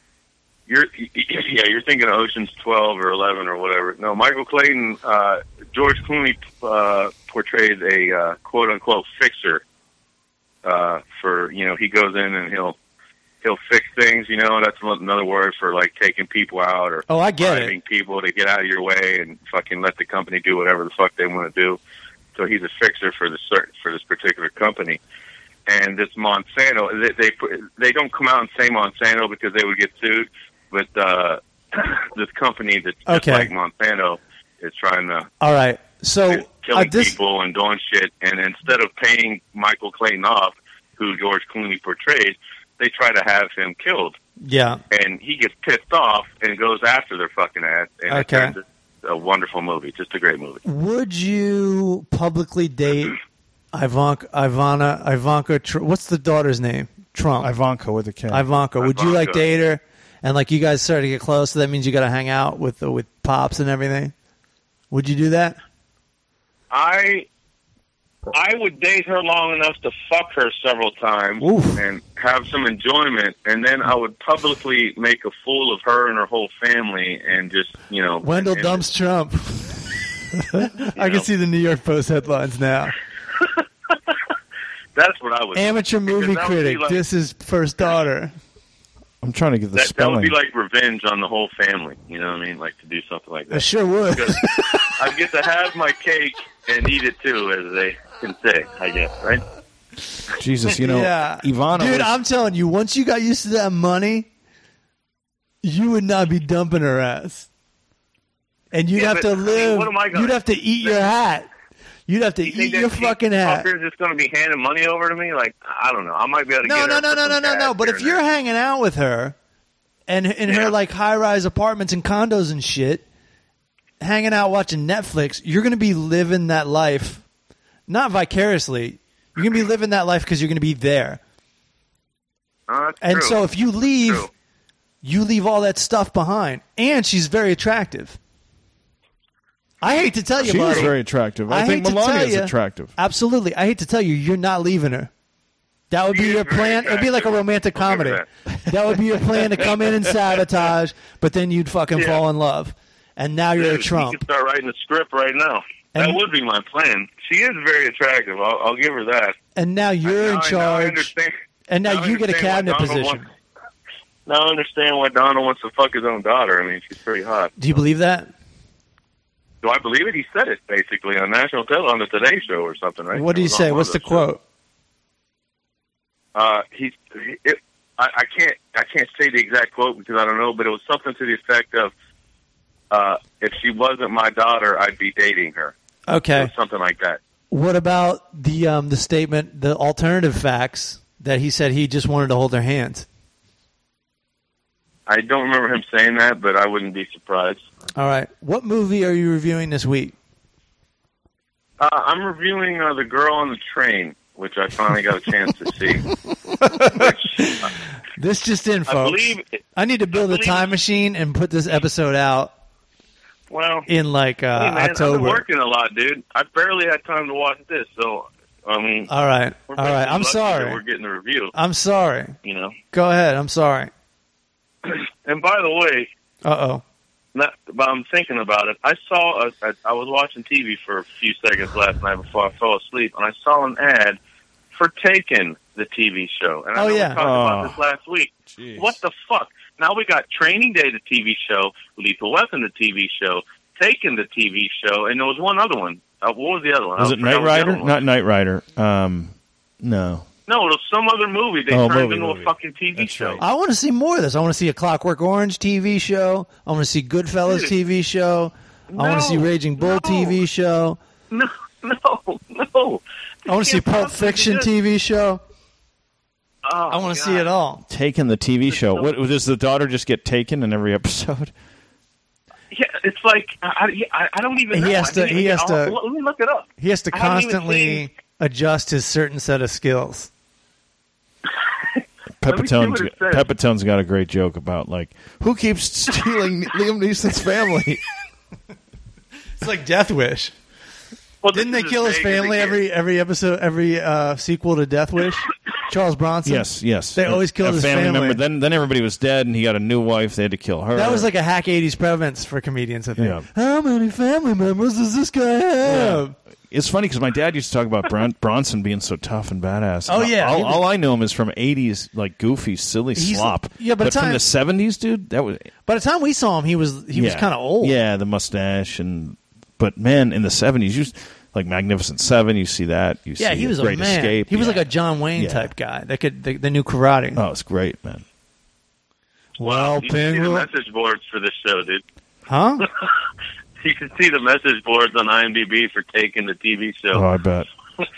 [SPEAKER 4] you're (clears throat) yeah, you're thinking of Ocean's Twelve or Eleven or whatever. No, Michael Clayton, uh, George Clooney uh, portrays a uh, quote unquote fixer. Uh, for you know, he goes in and he'll he'll fix things. You know, that's one- another word for like taking people out or
[SPEAKER 1] Oh, I get
[SPEAKER 4] bribing
[SPEAKER 1] it.
[SPEAKER 4] people to get out of your way and fucking let the company do whatever the fuck they want to do. So he's a fixer for the cert- for this particular company. And this Monsanto, they they, put, they don't come out and say Monsanto because they would get sued, but uh, (coughs) this company that's just
[SPEAKER 1] Okay.
[SPEAKER 4] like Monsanto is trying to
[SPEAKER 1] All right. So
[SPEAKER 4] is
[SPEAKER 1] uh,
[SPEAKER 4] killing
[SPEAKER 1] this
[SPEAKER 4] people and doing shit. And instead of paying Michael Clayton off, who George Clooney portrays, they try to have him killed
[SPEAKER 1] yeah.
[SPEAKER 4] and he gets pissed off and goes after their fucking ass. And
[SPEAKER 1] Okay.
[SPEAKER 4] it turns a wonderful movie, just a great movie.
[SPEAKER 1] Would you publicly date Ivanka Ivana Ivanka? Tr- what's the daughter's name? Trump.
[SPEAKER 3] Ivanka with a K.
[SPEAKER 1] Ivanka. Would you like
[SPEAKER 4] Ivanka.
[SPEAKER 1] date her? And like you guys started to get close, so that means you got to hang out with with pops and everything. Would you do that?
[SPEAKER 4] I I would date her long enough to fuck her several times
[SPEAKER 1] Oof.
[SPEAKER 4] and have some enjoyment, and then I would publicly make a fool of her and her whole family, and just you know,
[SPEAKER 1] Wendell
[SPEAKER 4] and-
[SPEAKER 1] dumps Trump. I can see the New York Post headlines now.
[SPEAKER 4] That's what I would. do.
[SPEAKER 1] Amateur
[SPEAKER 4] Because
[SPEAKER 1] movie
[SPEAKER 4] that would be
[SPEAKER 1] critic.
[SPEAKER 4] like-
[SPEAKER 1] this is
[SPEAKER 4] (laughs)
[SPEAKER 1] first daughter.
[SPEAKER 3] I'm trying to get the
[SPEAKER 4] that, that
[SPEAKER 3] spelling.
[SPEAKER 4] would be like revenge on the whole family. You know what I mean? Like to do something like
[SPEAKER 1] I (laughs)
[SPEAKER 4] that.
[SPEAKER 1] sure would.
[SPEAKER 4] Because I get to have my cake and eat it too, as they can say. I guess, right?
[SPEAKER 1] (laughs)
[SPEAKER 3] Jesus, you know,
[SPEAKER 1] yeah,
[SPEAKER 3] Ivana.
[SPEAKER 1] Dude,
[SPEAKER 3] was-
[SPEAKER 1] I'm telling you, once you got used to that money, you would not be dumping her ass, and you'd
[SPEAKER 4] Yeah,
[SPEAKER 1] have
[SPEAKER 4] but,
[SPEAKER 1] to
[SPEAKER 4] I mean,
[SPEAKER 1] live.
[SPEAKER 4] what am I gonna-
[SPEAKER 1] you'd have to eat your hat. You'd have to
[SPEAKER 4] You think
[SPEAKER 1] eat
[SPEAKER 4] that
[SPEAKER 1] your
[SPEAKER 4] cheap
[SPEAKER 1] fucking hat.
[SPEAKER 4] fucker's just going to be handing money over to me? Like, I don't know. I might be able to
[SPEAKER 1] No,
[SPEAKER 4] get
[SPEAKER 1] no,
[SPEAKER 4] her
[SPEAKER 1] no,
[SPEAKER 4] for
[SPEAKER 1] no,
[SPEAKER 4] some
[SPEAKER 1] no, no,
[SPEAKER 4] cash
[SPEAKER 1] no. But
[SPEAKER 4] here
[SPEAKER 1] if
[SPEAKER 4] and
[SPEAKER 1] you're
[SPEAKER 4] there.
[SPEAKER 1] hanging out with her, and in
[SPEAKER 4] Yeah.
[SPEAKER 1] her like high-rise apartments and condos and shit, hanging out watching Netflix, you're gonna be living that life, not vicariously. You're gonna be living that life because you're gonna be there.
[SPEAKER 4] Uh, that's
[SPEAKER 1] And
[SPEAKER 4] true.
[SPEAKER 1] so if you leave,
[SPEAKER 4] True.
[SPEAKER 1] you leave all that stuff behind. And she's very attractive. I hate to tell you,
[SPEAKER 3] she was
[SPEAKER 1] buddy.
[SPEAKER 3] very attractive. I,
[SPEAKER 1] I hate
[SPEAKER 3] think
[SPEAKER 1] to
[SPEAKER 3] Melania
[SPEAKER 1] tell
[SPEAKER 3] is
[SPEAKER 1] ya.
[SPEAKER 3] attractive.
[SPEAKER 1] Absolutely. I hate to tell you, you're not leaving her. That would be
[SPEAKER 4] She is
[SPEAKER 1] your
[SPEAKER 4] very
[SPEAKER 1] plan. It'd be like a
[SPEAKER 4] attractive.
[SPEAKER 1] romantic
[SPEAKER 4] I'll give
[SPEAKER 1] comedy.
[SPEAKER 4] her
[SPEAKER 1] That. would be your plan to come
[SPEAKER 4] (laughs)
[SPEAKER 1] in and sabotage, but then you'd fucking
[SPEAKER 4] Yeah.
[SPEAKER 1] fall in love. And now you're
[SPEAKER 4] Dude,
[SPEAKER 1] a
[SPEAKER 4] You (laughs)
[SPEAKER 1] Trump.
[SPEAKER 4] can start writing a script right now. that
[SPEAKER 1] And-
[SPEAKER 4] would be my plan. She is very attractive. I'll, I'll give her that.
[SPEAKER 1] And now you're in
[SPEAKER 4] Now I- Now I
[SPEAKER 1] charge.
[SPEAKER 4] understand.
[SPEAKER 1] And now
[SPEAKER 4] I
[SPEAKER 1] you get a
[SPEAKER 4] understand why
[SPEAKER 1] cabinet
[SPEAKER 4] Donald
[SPEAKER 1] position.
[SPEAKER 4] wants- now I understand why Donald wants to fuck his own daughter. I mean, she's pretty hot.
[SPEAKER 1] Do you believe that?
[SPEAKER 4] Do I believe it? He said it basically on national television, on the Today Show or something, right?
[SPEAKER 1] what do
[SPEAKER 4] It
[SPEAKER 1] you
[SPEAKER 4] was on
[SPEAKER 1] say?
[SPEAKER 4] one
[SPEAKER 1] What's
[SPEAKER 4] of
[SPEAKER 1] the
[SPEAKER 4] those shows.
[SPEAKER 1] quote?
[SPEAKER 4] Uh, he, he it, I, I can't, I can't say the exact quote because I don't know, but it was something to the effect of, uh, "If she wasn't my daughter, I'd be dating her,"
[SPEAKER 1] Okay.
[SPEAKER 4] or something like that.
[SPEAKER 1] What about the um, the statement, the alternative facts that he said he just wanted to hold their hands?
[SPEAKER 4] I don't remember him saying that, but I wouldn't be surprised.
[SPEAKER 1] All right. What movie are you reviewing this week?
[SPEAKER 4] Uh, I'm reviewing uh, the girl on the train, which I finally got a chance to see. Which uh,
[SPEAKER 1] This just in, (laughs) folks.
[SPEAKER 4] I believe,
[SPEAKER 1] I need to build
[SPEAKER 4] I
[SPEAKER 1] a
[SPEAKER 4] believe-
[SPEAKER 1] time machine and put this episode out
[SPEAKER 4] well,
[SPEAKER 1] in like uh,
[SPEAKER 4] hey, man, I've been
[SPEAKER 1] October.
[SPEAKER 4] working a lot, dude. I barely had time to watch this, so I mean,
[SPEAKER 1] All right.
[SPEAKER 4] we're
[SPEAKER 1] Uh, All right.
[SPEAKER 4] lucky
[SPEAKER 1] I'm
[SPEAKER 4] that We're
[SPEAKER 1] sorry.
[SPEAKER 4] getting the review,
[SPEAKER 1] I'm sorry.
[SPEAKER 4] you know.
[SPEAKER 1] Go ahead. I'm sorry.
[SPEAKER 4] And by the way,
[SPEAKER 1] Uh oh.
[SPEAKER 4] not, but I'm thinking about it. I saw a, I, I was watching TV for a few seconds last night before I fell asleep, and I saw an ad for Taken, the TV show. And I
[SPEAKER 1] Oh,
[SPEAKER 4] know
[SPEAKER 1] yeah.
[SPEAKER 4] we talked
[SPEAKER 3] Oh.
[SPEAKER 4] about this last week. What the fuck? Now we got Training Day, the TV show, Lethal Weapon, the TV show, Taken, the TV show, and there was one other one. Uh, what was the other one?
[SPEAKER 3] Was
[SPEAKER 4] I
[SPEAKER 3] it Knight
[SPEAKER 4] forgot what the other
[SPEAKER 3] Rider?
[SPEAKER 4] one
[SPEAKER 3] Not Knight Rider. Um, no.
[SPEAKER 4] No, it was some other movie. They
[SPEAKER 3] Oh,
[SPEAKER 4] turned
[SPEAKER 3] movie,
[SPEAKER 4] into
[SPEAKER 3] movie.
[SPEAKER 4] a fucking TV
[SPEAKER 3] That's
[SPEAKER 4] show.
[SPEAKER 3] right.
[SPEAKER 1] I want to see more of this. I want to see a Clockwork Orange TV show. I want to see Goodfellas
[SPEAKER 4] Dude.
[SPEAKER 1] TV show. I want to see
[SPEAKER 4] No.
[SPEAKER 1] Raging Bull
[SPEAKER 4] No.
[SPEAKER 1] TV show.
[SPEAKER 4] (laughs) No, no, no.
[SPEAKER 1] I want to see Pulp Fiction TV show.
[SPEAKER 4] Oh,
[SPEAKER 1] I want to see it all.
[SPEAKER 3] Taken the TV show.
[SPEAKER 4] so-
[SPEAKER 3] What does the daughter just get taken in every (laughs) episode?
[SPEAKER 4] Yeah, it's like I, I, I don't even.
[SPEAKER 1] He
[SPEAKER 4] know.
[SPEAKER 1] has
[SPEAKER 4] I
[SPEAKER 1] to-
[SPEAKER 4] didn't
[SPEAKER 1] he
[SPEAKER 4] even-
[SPEAKER 1] has
[SPEAKER 4] I'll-
[SPEAKER 1] to-
[SPEAKER 4] Let me look it up.
[SPEAKER 1] He has to
[SPEAKER 4] I haven't even
[SPEAKER 1] constantly
[SPEAKER 4] seen-
[SPEAKER 1] adjust his certain set of skills.
[SPEAKER 4] Let me see
[SPEAKER 3] Pepitone's,
[SPEAKER 4] what it says.
[SPEAKER 3] Pepitone's got a great joke about like who keeps
[SPEAKER 4] (laughs)
[SPEAKER 3] stealing Liam Neeson's family.
[SPEAKER 1] It's like Death Wish.
[SPEAKER 4] Well,
[SPEAKER 1] Didn't
[SPEAKER 4] this
[SPEAKER 1] they
[SPEAKER 4] is
[SPEAKER 1] kill
[SPEAKER 4] as
[SPEAKER 1] his
[SPEAKER 4] vague as it
[SPEAKER 1] family
[SPEAKER 4] gets.
[SPEAKER 1] every every episode, every uh, sequel to Death
[SPEAKER 4] (laughs)
[SPEAKER 1] Wish? Charles Bronson.
[SPEAKER 3] yes, yes.
[SPEAKER 1] They always killed
[SPEAKER 3] a
[SPEAKER 1] his
[SPEAKER 3] family,
[SPEAKER 1] family.
[SPEAKER 3] member. Then, then everybody was dead, and he got a new wife. They had to kill her.
[SPEAKER 1] That was like a hack '80s prevalence for comedians. I think.
[SPEAKER 3] Yeah.
[SPEAKER 1] How many family members does this guy have?
[SPEAKER 3] It's funny because my dad used to talk about Bron- (laughs) Bronson being so tough and badass.
[SPEAKER 1] Oh, yeah.
[SPEAKER 3] all, all I know him is from '80s like goofy, silly
[SPEAKER 1] He's-
[SPEAKER 3] slop.
[SPEAKER 1] yeah, by the
[SPEAKER 3] but from
[SPEAKER 1] time-
[SPEAKER 3] the '70s, dude, that was
[SPEAKER 1] By the time we saw him, he was he was
[SPEAKER 3] yeah.
[SPEAKER 1] kind of old.
[SPEAKER 3] Yeah, the mustache and but man, in the '70s, you s- like Magnificent Seven. You see that? You
[SPEAKER 1] Yeah,
[SPEAKER 3] see
[SPEAKER 1] he was a
[SPEAKER 3] Great
[SPEAKER 1] man.
[SPEAKER 3] Escape.
[SPEAKER 1] He was
[SPEAKER 3] yeah.
[SPEAKER 1] like a John Wayne
[SPEAKER 3] Yeah.
[SPEAKER 1] type guy that could the, the new karate.
[SPEAKER 3] Oh, it's great, man.
[SPEAKER 1] well,
[SPEAKER 4] You can see the
[SPEAKER 1] Penguin,
[SPEAKER 4] message boards for this show, dude.
[SPEAKER 1] huh?
[SPEAKER 4] You can see the message boards on IMDb for taking the TV show.
[SPEAKER 3] Oh, I bet.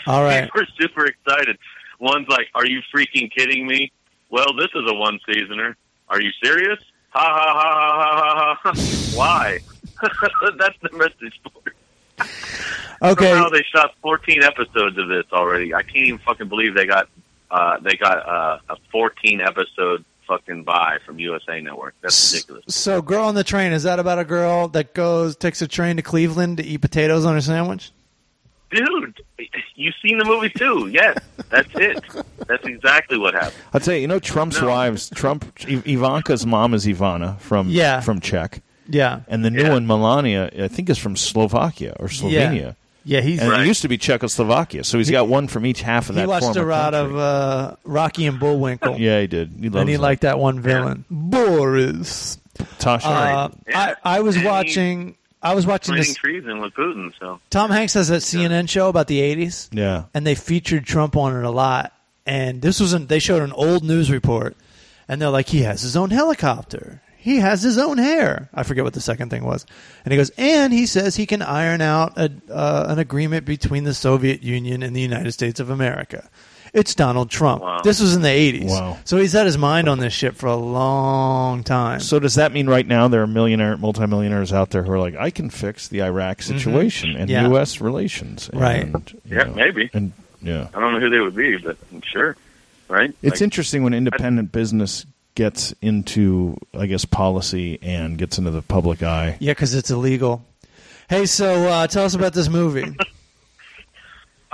[SPEAKER 1] All
[SPEAKER 4] (laughs)
[SPEAKER 1] right.
[SPEAKER 4] People are super excited. One's like, "Are you freaking kidding me?" Well, this is a one seasoner. Are you serious? Ha ha ha ha ha ha (laughs) ha! ha. Why? That's the message board.
[SPEAKER 1] Okay.
[SPEAKER 4] Somehow they shot 14 episodes of this already. I can't even fucking believe they got uh, they got uh, a 14 episode fucking buy from USA Network. That's ridiculous.
[SPEAKER 1] So, girl on the train is that about a girl that goes takes a train to Cleveland to eat potatoes on her sandwich?
[SPEAKER 4] Dude, you've seen the movie too. Yes, that's it. That's exactly what happened.
[SPEAKER 3] I'll tell you, you know Trump's
[SPEAKER 4] No.
[SPEAKER 3] wives. Trump I- Ivanka's mom is Ivana from
[SPEAKER 1] Yeah.
[SPEAKER 3] from Czech,
[SPEAKER 1] Yeah.
[SPEAKER 3] and the new
[SPEAKER 4] Yeah.
[SPEAKER 3] one Melania, I think, is from Slovakia or Slovenia.
[SPEAKER 1] Yeah. He's
[SPEAKER 3] And
[SPEAKER 4] Right.
[SPEAKER 3] it used to be Czechoslovakia, so he's got one from each half of that.
[SPEAKER 1] he watched a
[SPEAKER 3] former
[SPEAKER 1] lot
[SPEAKER 3] country.
[SPEAKER 1] of uh, Rocky and Bullwinkle,
[SPEAKER 3] (laughs) Yeah, he did. He loves
[SPEAKER 1] and he
[SPEAKER 3] that.
[SPEAKER 1] liked that one villain, Boris.
[SPEAKER 3] Tasha.
[SPEAKER 1] Uh,
[SPEAKER 4] Yeah.
[SPEAKER 1] I I was
[SPEAKER 4] And he-
[SPEAKER 1] watching. I was watching
[SPEAKER 4] Planting
[SPEAKER 1] this.
[SPEAKER 4] treason with Putin. So
[SPEAKER 1] Tom Hanks has that CNN show about the '80s.
[SPEAKER 3] yeah,
[SPEAKER 1] and they featured Trump on it a lot. And this was an, they showed an old news report, and they're like, he has his own helicopter, he has his own hair. I forget what the second thing was. And he goes, and he says he can iron out a, uh, an agreement between the Soviet Union and the United States of America. It's Donald Trump.
[SPEAKER 4] Wow.
[SPEAKER 1] This was in the '80s,
[SPEAKER 3] Wow.
[SPEAKER 1] so he's had his mind on this shit for a long time.
[SPEAKER 3] So does that mean right now there are millionaire, multimillionaires out there who are like, I can fix the Iraq situation and
[SPEAKER 1] Mm-hmm. Yeah.
[SPEAKER 3] U.S. relations, and,
[SPEAKER 1] Right.
[SPEAKER 3] you
[SPEAKER 4] Yeah,
[SPEAKER 3] know,
[SPEAKER 4] maybe.
[SPEAKER 3] and yeah.
[SPEAKER 4] I don't know who they would be, but I'm sure, right?
[SPEAKER 3] It's
[SPEAKER 4] Like,
[SPEAKER 3] interesting when independent business gets into, I guess, policy and gets into the public eye.
[SPEAKER 1] yeah, because it's illegal. Hey, so uh, tell us about this movie.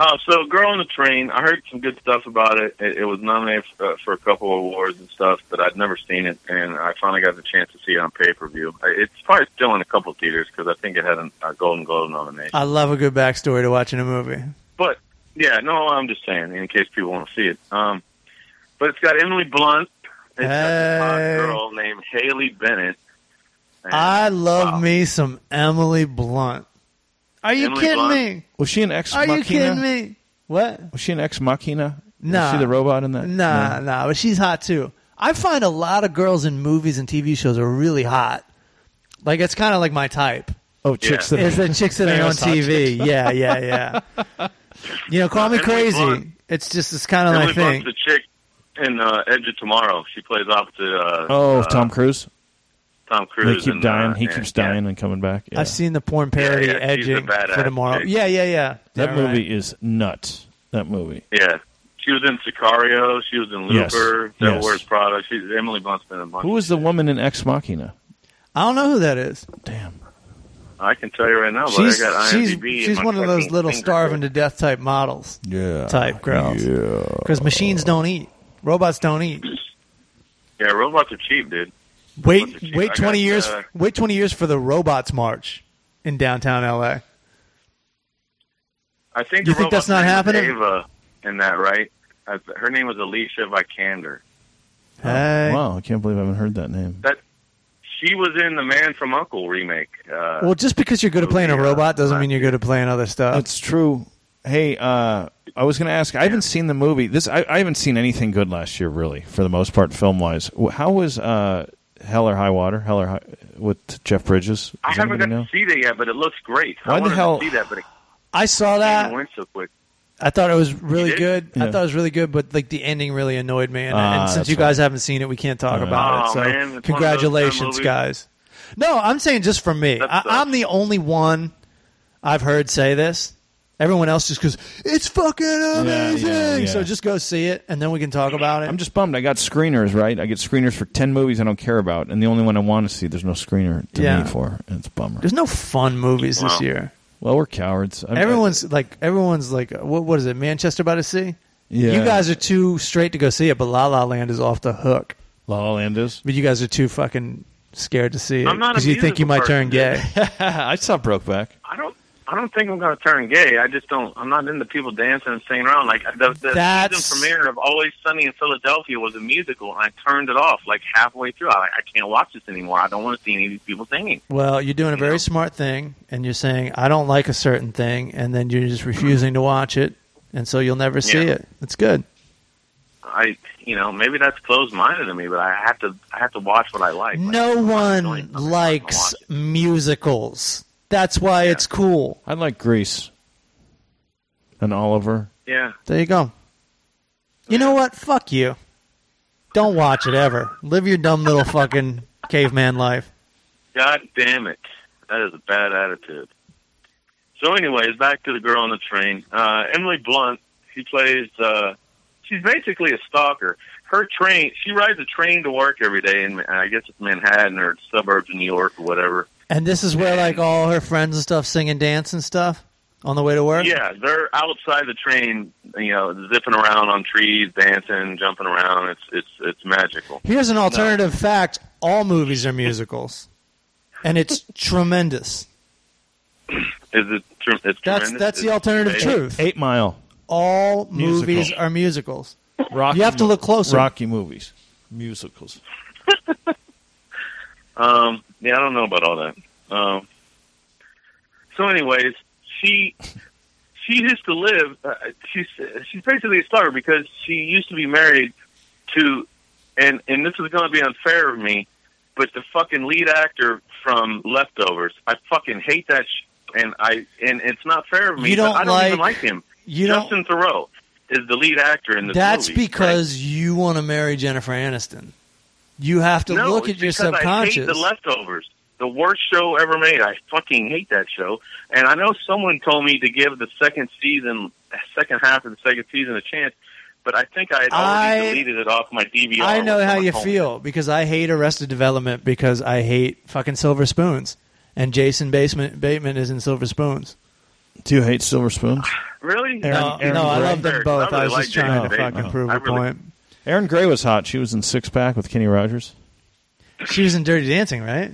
[SPEAKER 4] Uh, so, Girl on the Train. I heard some good stuff about it. It, it was nominated for, uh, for a couple of awards and stuff, but I'd never seen it, and I finally got the chance to see it on pay per view. It's probably still in a couple of theaters because I think it had an, a Golden Globe nomination.
[SPEAKER 1] I love a good backstory to watching a movie.
[SPEAKER 4] But yeah, no, I'm just saying in case people want to see it. Um, but it's got Emily Blunt It's got this hot
[SPEAKER 1] Hey.
[SPEAKER 4] girl named Haley Bennett. And-
[SPEAKER 1] I love
[SPEAKER 4] wow.
[SPEAKER 1] me some Emily Blunt. Are you
[SPEAKER 4] Emily
[SPEAKER 1] kidding
[SPEAKER 4] Blunt?
[SPEAKER 1] me?
[SPEAKER 3] Was she an ex?
[SPEAKER 1] Are
[SPEAKER 3] machina?
[SPEAKER 1] you kidding me? What?
[SPEAKER 3] Was she an ex machina?
[SPEAKER 1] Nah.
[SPEAKER 3] Was she the robot in that?
[SPEAKER 1] Nah,
[SPEAKER 3] No.
[SPEAKER 1] nah, but she's hot too. I find a lot of girls in movies and TV shows are really hot. Like it's kind of like my type.
[SPEAKER 3] Oh, chicks
[SPEAKER 4] Yeah.
[SPEAKER 3] that
[SPEAKER 1] Is the chicks that are on
[SPEAKER 3] Famous hot
[SPEAKER 1] TV? Yeah, yeah, yeah. (laughs) You know, call me
[SPEAKER 4] Uh, Emily
[SPEAKER 1] crazy.
[SPEAKER 4] Blunt.
[SPEAKER 1] It's just it's kind of my
[SPEAKER 4] Emily
[SPEAKER 1] thing.
[SPEAKER 4] Blunt's the chick in uh, Edge of Tomorrow. She plays opposite uh,
[SPEAKER 3] Oh,
[SPEAKER 4] uh,
[SPEAKER 3] Tom Cruise.
[SPEAKER 4] Tom
[SPEAKER 3] They
[SPEAKER 4] Cruise.
[SPEAKER 3] keep
[SPEAKER 4] and,
[SPEAKER 3] dying.
[SPEAKER 4] uh,
[SPEAKER 3] he
[SPEAKER 4] and-
[SPEAKER 3] keeps
[SPEAKER 4] yeah.
[SPEAKER 3] dying and coming back. Yeah.
[SPEAKER 1] I've seen the porn parody
[SPEAKER 4] Yeah, yeah, she's a
[SPEAKER 1] edging for
[SPEAKER 4] badass
[SPEAKER 1] tomorrow.
[SPEAKER 4] chick.
[SPEAKER 1] Yeah, yeah, yeah.
[SPEAKER 3] that
[SPEAKER 1] All right.
[SPEAKER 3] movie is nuts. That movie.
[SPEAKER 4] Yeah. She was in Sicario. She was in
[SPEAKER 3] Yes.
[SPEAKER 4] Looper. Devil
[SPEAKER 3] Yes.
[SPEAKER 4] Wears Prada. She's Emily Blunt's been in a bunch.
[SPEAKER 3] Who
[SPEAKER 4] of
[SPEAKER 3] was the
[SPEAKER 4] shit.
[SPEAKER 3] woman in Ex Machina?
[SPEAKER 1] I don't know who that is.
[SPEAKER 3] Damn.
[SPEAKER 4] I can tell you right now, but
[SPEAKER 1] She's
[SPEAKER 4] I got
[SPEAKER 1] she's
[SPEAKER 4] IMDb. in
[SPEAKER 1] she's
[SPEAKER 4] my
[SPEAKER 1] one of those
[SPEAKER 4] fucking
[SPEAKER 1] little
[SPEAKER 4] finger.
[SPEAKER 1] starving to death type models
[SPEAKER 3] Yeah.
[SPEAKER 1] type girls. Because machines don't eat, robots don't eat.
[SPEAKER 4] Yeah, robots are cheap, dude. Robots are
[SPEAKER 1] Wait,
[SPEAKER 4] cheap.
[SPEAKER 1] wait
[SPEAKER 4] I
[SPEAKER 1] twenty
[SPEAKER 4] got,
[SPEAKER 1] years.
[SPEAKER 4] uh,
[SPEAKER 1] wait twenty years for the robots march in downtown L.A.
[SPEAKER 4] I think
[SPEAKER 1] You
[SPEAKER 4] the
[SPEAKER 1] think that's
[SPEAKER 4] robot's
[SPEAKER 1] not
[SPEAKER 4] name
[SPEAKER 1] happening?
[SPEAKER 4] was Ava in that, right? I- Her name was Alicia Vikander.
[SPEAKER 1] Hey.
[SPEAKER 3] Wow, I can't believe I haven't heard that name.
[SPEAKER 4] That she was in the Man from Uncle remake. Uh,
[SPEAKER 1] Well, just because you're good at playing a
[SPEAKER 4] Yeah.
[SPEAKER 1] robot doesn't mean you're good at playing other stuff.
[SPEAKER 3] That's true. Hey, uh, I was going to ask. I haven't seen the movie. This I, I haven't seen anything good last year, really, for the most part, film wise. How was uh, Hell or High Water? Hell or High, with Jeff Bridges? Does
[SPEAKER 4] I haven't got
[SPEAKER 3] anybody know?
[SPEAKER 4] to see that yet, but it looks great.
[SPEAKER 3] Why
[SPEAKER 4] I
[SPEAKER 3] the
[SPEAKER 4] wanted
[SPEAKER 3] hell-
[SPEAKER 4] to see that, but it
[SPEAKER 1] I saw
[SPEAKER 4] came and
[SPEAKER 1] that.
[SPEAKER 4] went so quick.
[SPEAKER 1] I thought it was really
[SPEAKER 4] You
[SPEAKER 1] good.
[SPEAKER 4] did?
[SPEAKER 1] I
[SPEAKER 3] Yeah.
[SPEAKER 1] thought it was really good, but like the ending really annoyed me. And,
[SPEAKER 3] Ah,
[SPEAKER 1] and since
[SPEAKER 3] that's
[SPEAKER 1] you guys haven't seen it, we can't talk
[SPEAKER 3] Yeah.
[SPEAKER 1] about
[SPEAKER 4] Oh,
[SPEAKER 1] it. So
[SPEAKER 4] man, it's one of those kind of
[SPEAKER 1] congratulations,
[SPEAKER 4] movies.
[SPEAKER 1] guys. No, I'm saying just for me.
[SPEAKER 4] That
[SPEAKER 1] I,
[SPEAKER 4] sucks.
[SPEAKER 1] I'm the only one I've heard say this. Everyone else just goes, "It's fucking
[SPEAKER 3] yeah,
[SPEAKER 1] amazing." So
[SPEAKER 3] yeah.
[SPEAKER 1] just go see it, and then we can talk about it.
[SPEAKER 3] I'm just bummed. I got screeners, right? I get screeners for ten movies I don't care about, and the only one I want to see, there's no screener to
[SPEAKER 1] Yeah.
[SPEAKER 3] me for, and it's a bummer.
[SPEAKER 1] There's no fun movies this
[SPEAKER 4] Wow.
[SPEAKER 1] year.
[SPEAKER 3] well, we're cowards. I mean,
[SPEAKER 1] Everyone's like, everyone's like, what, what is it? Manchester by the Sea.
[SPEAKER 3] Yeah.
[SPEAKER 1] You guys are too straight to go see it, but La La Land is off the hook.
[SPEAKER 3] La La Land is.
[SPEAKER 1] But you guys are too fucking scared to see it
[SPEAKER 4] I'm not a
[SPEAKER 1] because you think you
[SPEAKER 4] musical
[SPEAKER 1] might turn
[SPEAKER 4] person,
[SPEAKER 1] gay. (laughs)
[SPEAKER 3] I saw Brokeback.
[SPEAKER 4] I don't. I don't think I'm going to turn gay. I just don't. I'm not into people dancing and singing around. Like the, the
[SPEAKER 1] That's-
[SPEAKER 4] season premiere of Always Sunny in Philadelphia was a musical, and I turned it off like halfway through. I, I can't watch this anymore. I don't want to see any of these people singing.
[SPEAKER 1] well, you're doing a very
[SPEAKER 4] Yeah.
[SPEAKER 1] smart thing, and you're saying I don't like a certain thing, and then you're just refusing to watch it, and so you'll never see
[SPEAKER 4] Yeah.
[SPEAKER 1] it. That's good.
[SPEAKER 4] I, you know, maybe that's closed minded to me, but I have to. I have to watch what I like. Like,
[SPEAKER 1] No
[SPEAKER 4] annoying.
[SPEAKER 1] one
[SPEAKER 4] I'm not gonna
[SPEAKER 1] likes
[SPEAKER 4] watch
[SPEAKER 1] musicals. That's why it's cool.
[SPEAKER 3] I like Grease. And Oliver.
[SPEAKER 4] yeah,
[SPEAKER 1] There you go. You know what? Fuck you. Don't watch it ever. Live your dumb
[SPEAKER 4] (laughs)
[SPEAKER 1] little fucking caveman life.
[SPEAKER 4] God damn it. That is a bad attitude. So, anyways, back to the girl on the train. Uh, Emily Blunt, she plays, uh, she's basically a stalker. Her train, she rides a train to work every day, in uh, I guess it's Manhattan or suburbs of New York or whatever.
[SPEAKER 1] And this is where like all her friends and stuff sing and dance and stuff on the way to work.
[SPEAKER 4] Yeah, they're outside the train, you know, zipping around on trees, dancing, jumping around. It's it's it's magical.
[SPEAKER 1] Here's an alternative fact: all movies are musicals, and
[SPEAKER 4] (laughs)
[SPEAKER 1] it's tremendous.
[SPEAKER 4] Is it? Tr- it's
[SPEAKER 1] That's
[SPEAKER 4] tremendous.
[SPEAKER 1] that's the
[SPEAKER 4] It's
[SPEAKER 1] alternative
[SPEAKER 4] amazing.
[SPEAKER 1] truth.
[SPEAKER 3] Eight Mile.
[SPEAKER 1] All
[SPEAKER 3] Musical.
[SPEAKER 1] movies are musicals.
[SPEAKER 3] Rocky
[SPEAKER 1] You have to look closer.
[SPEAKER 3] Rocky movies. Musicals.
[SPEAKER 4] Um, yeah, I don't know about all that. Um, so, anyways, she she used to live. Uh, she's she's basically a star because she used to be married to, and and this is going to be unfair of me, but the fucking lead actor from Leftovers. I fucking hate that. Sh- and I and it's not fair of me.
[SPEAKER 1] You
[SPEAKER 4] but
[SPEAKER 1] don't
[SPEAKER 4] I don't even
[SPEAKER 1] like-
[SPEAKER 4] like him.
[SPEAKER 1] You don't.
[SPEAKER 4] Justin Thoreau is the lead actor in this
[SPEAKER 1] That's
[SPEAKER 4] movie, right?
[SPEAKER 1] because you want to marry Jennifer Aniston. You have to
[SPEAKER 4] no,
[SPEAKER 1] look
[SPEAKER 4] it's
[SPEAKER 1] at your
[SPEAKER 4] because I hate
[SPEAKER 1] subconscious.
[SPEAKER 4] the leftovers. The worst show ever made. I fucking hate that show. And I know someone told me to give the second season, second half of the second season a chance, but I think I had already
[SPEAKER 1] I-
[SPEAKER 4] deleted it off my DVR.
[SPEAKER 1] I know
[SPEAKER 4] when
[SPEAKER 1] how
[SPEAKER 4] someone
[SPEAKER 1] you
[SPEAKER 4] told me.
[SPEAKER 1] feel because I hate Arrested Development because I hate fucking Silver Spoons, and Jason Bateman, Bateman is in Silver Spoons.
[SPEAKER 3] Do you hate Silver Spoons?
[SPEAKER 4] Really?
[SPEAKER 1] No, no, I love them both. I,
[SPEAKER 4] really
[SPEAKER 1] was
[SPEAKER 4] like
[SPEAKER 1] just trying
[SPEAKER 4] Jason
[SPEAKER 1] to
[SPEAKER 4] Bateman.
[SPEAKER 1] fucking prove
[SPEAKER 4] I
[SPEAKER 1] a
[SPEAKER 4] really-
[SPEAKER 1] point.
[SPEAKER 3] Aaron Gray was hot. She was in Six Pack with Kenny Rogers.
[SPEAKER 1] She was in Dirty Dancing, right?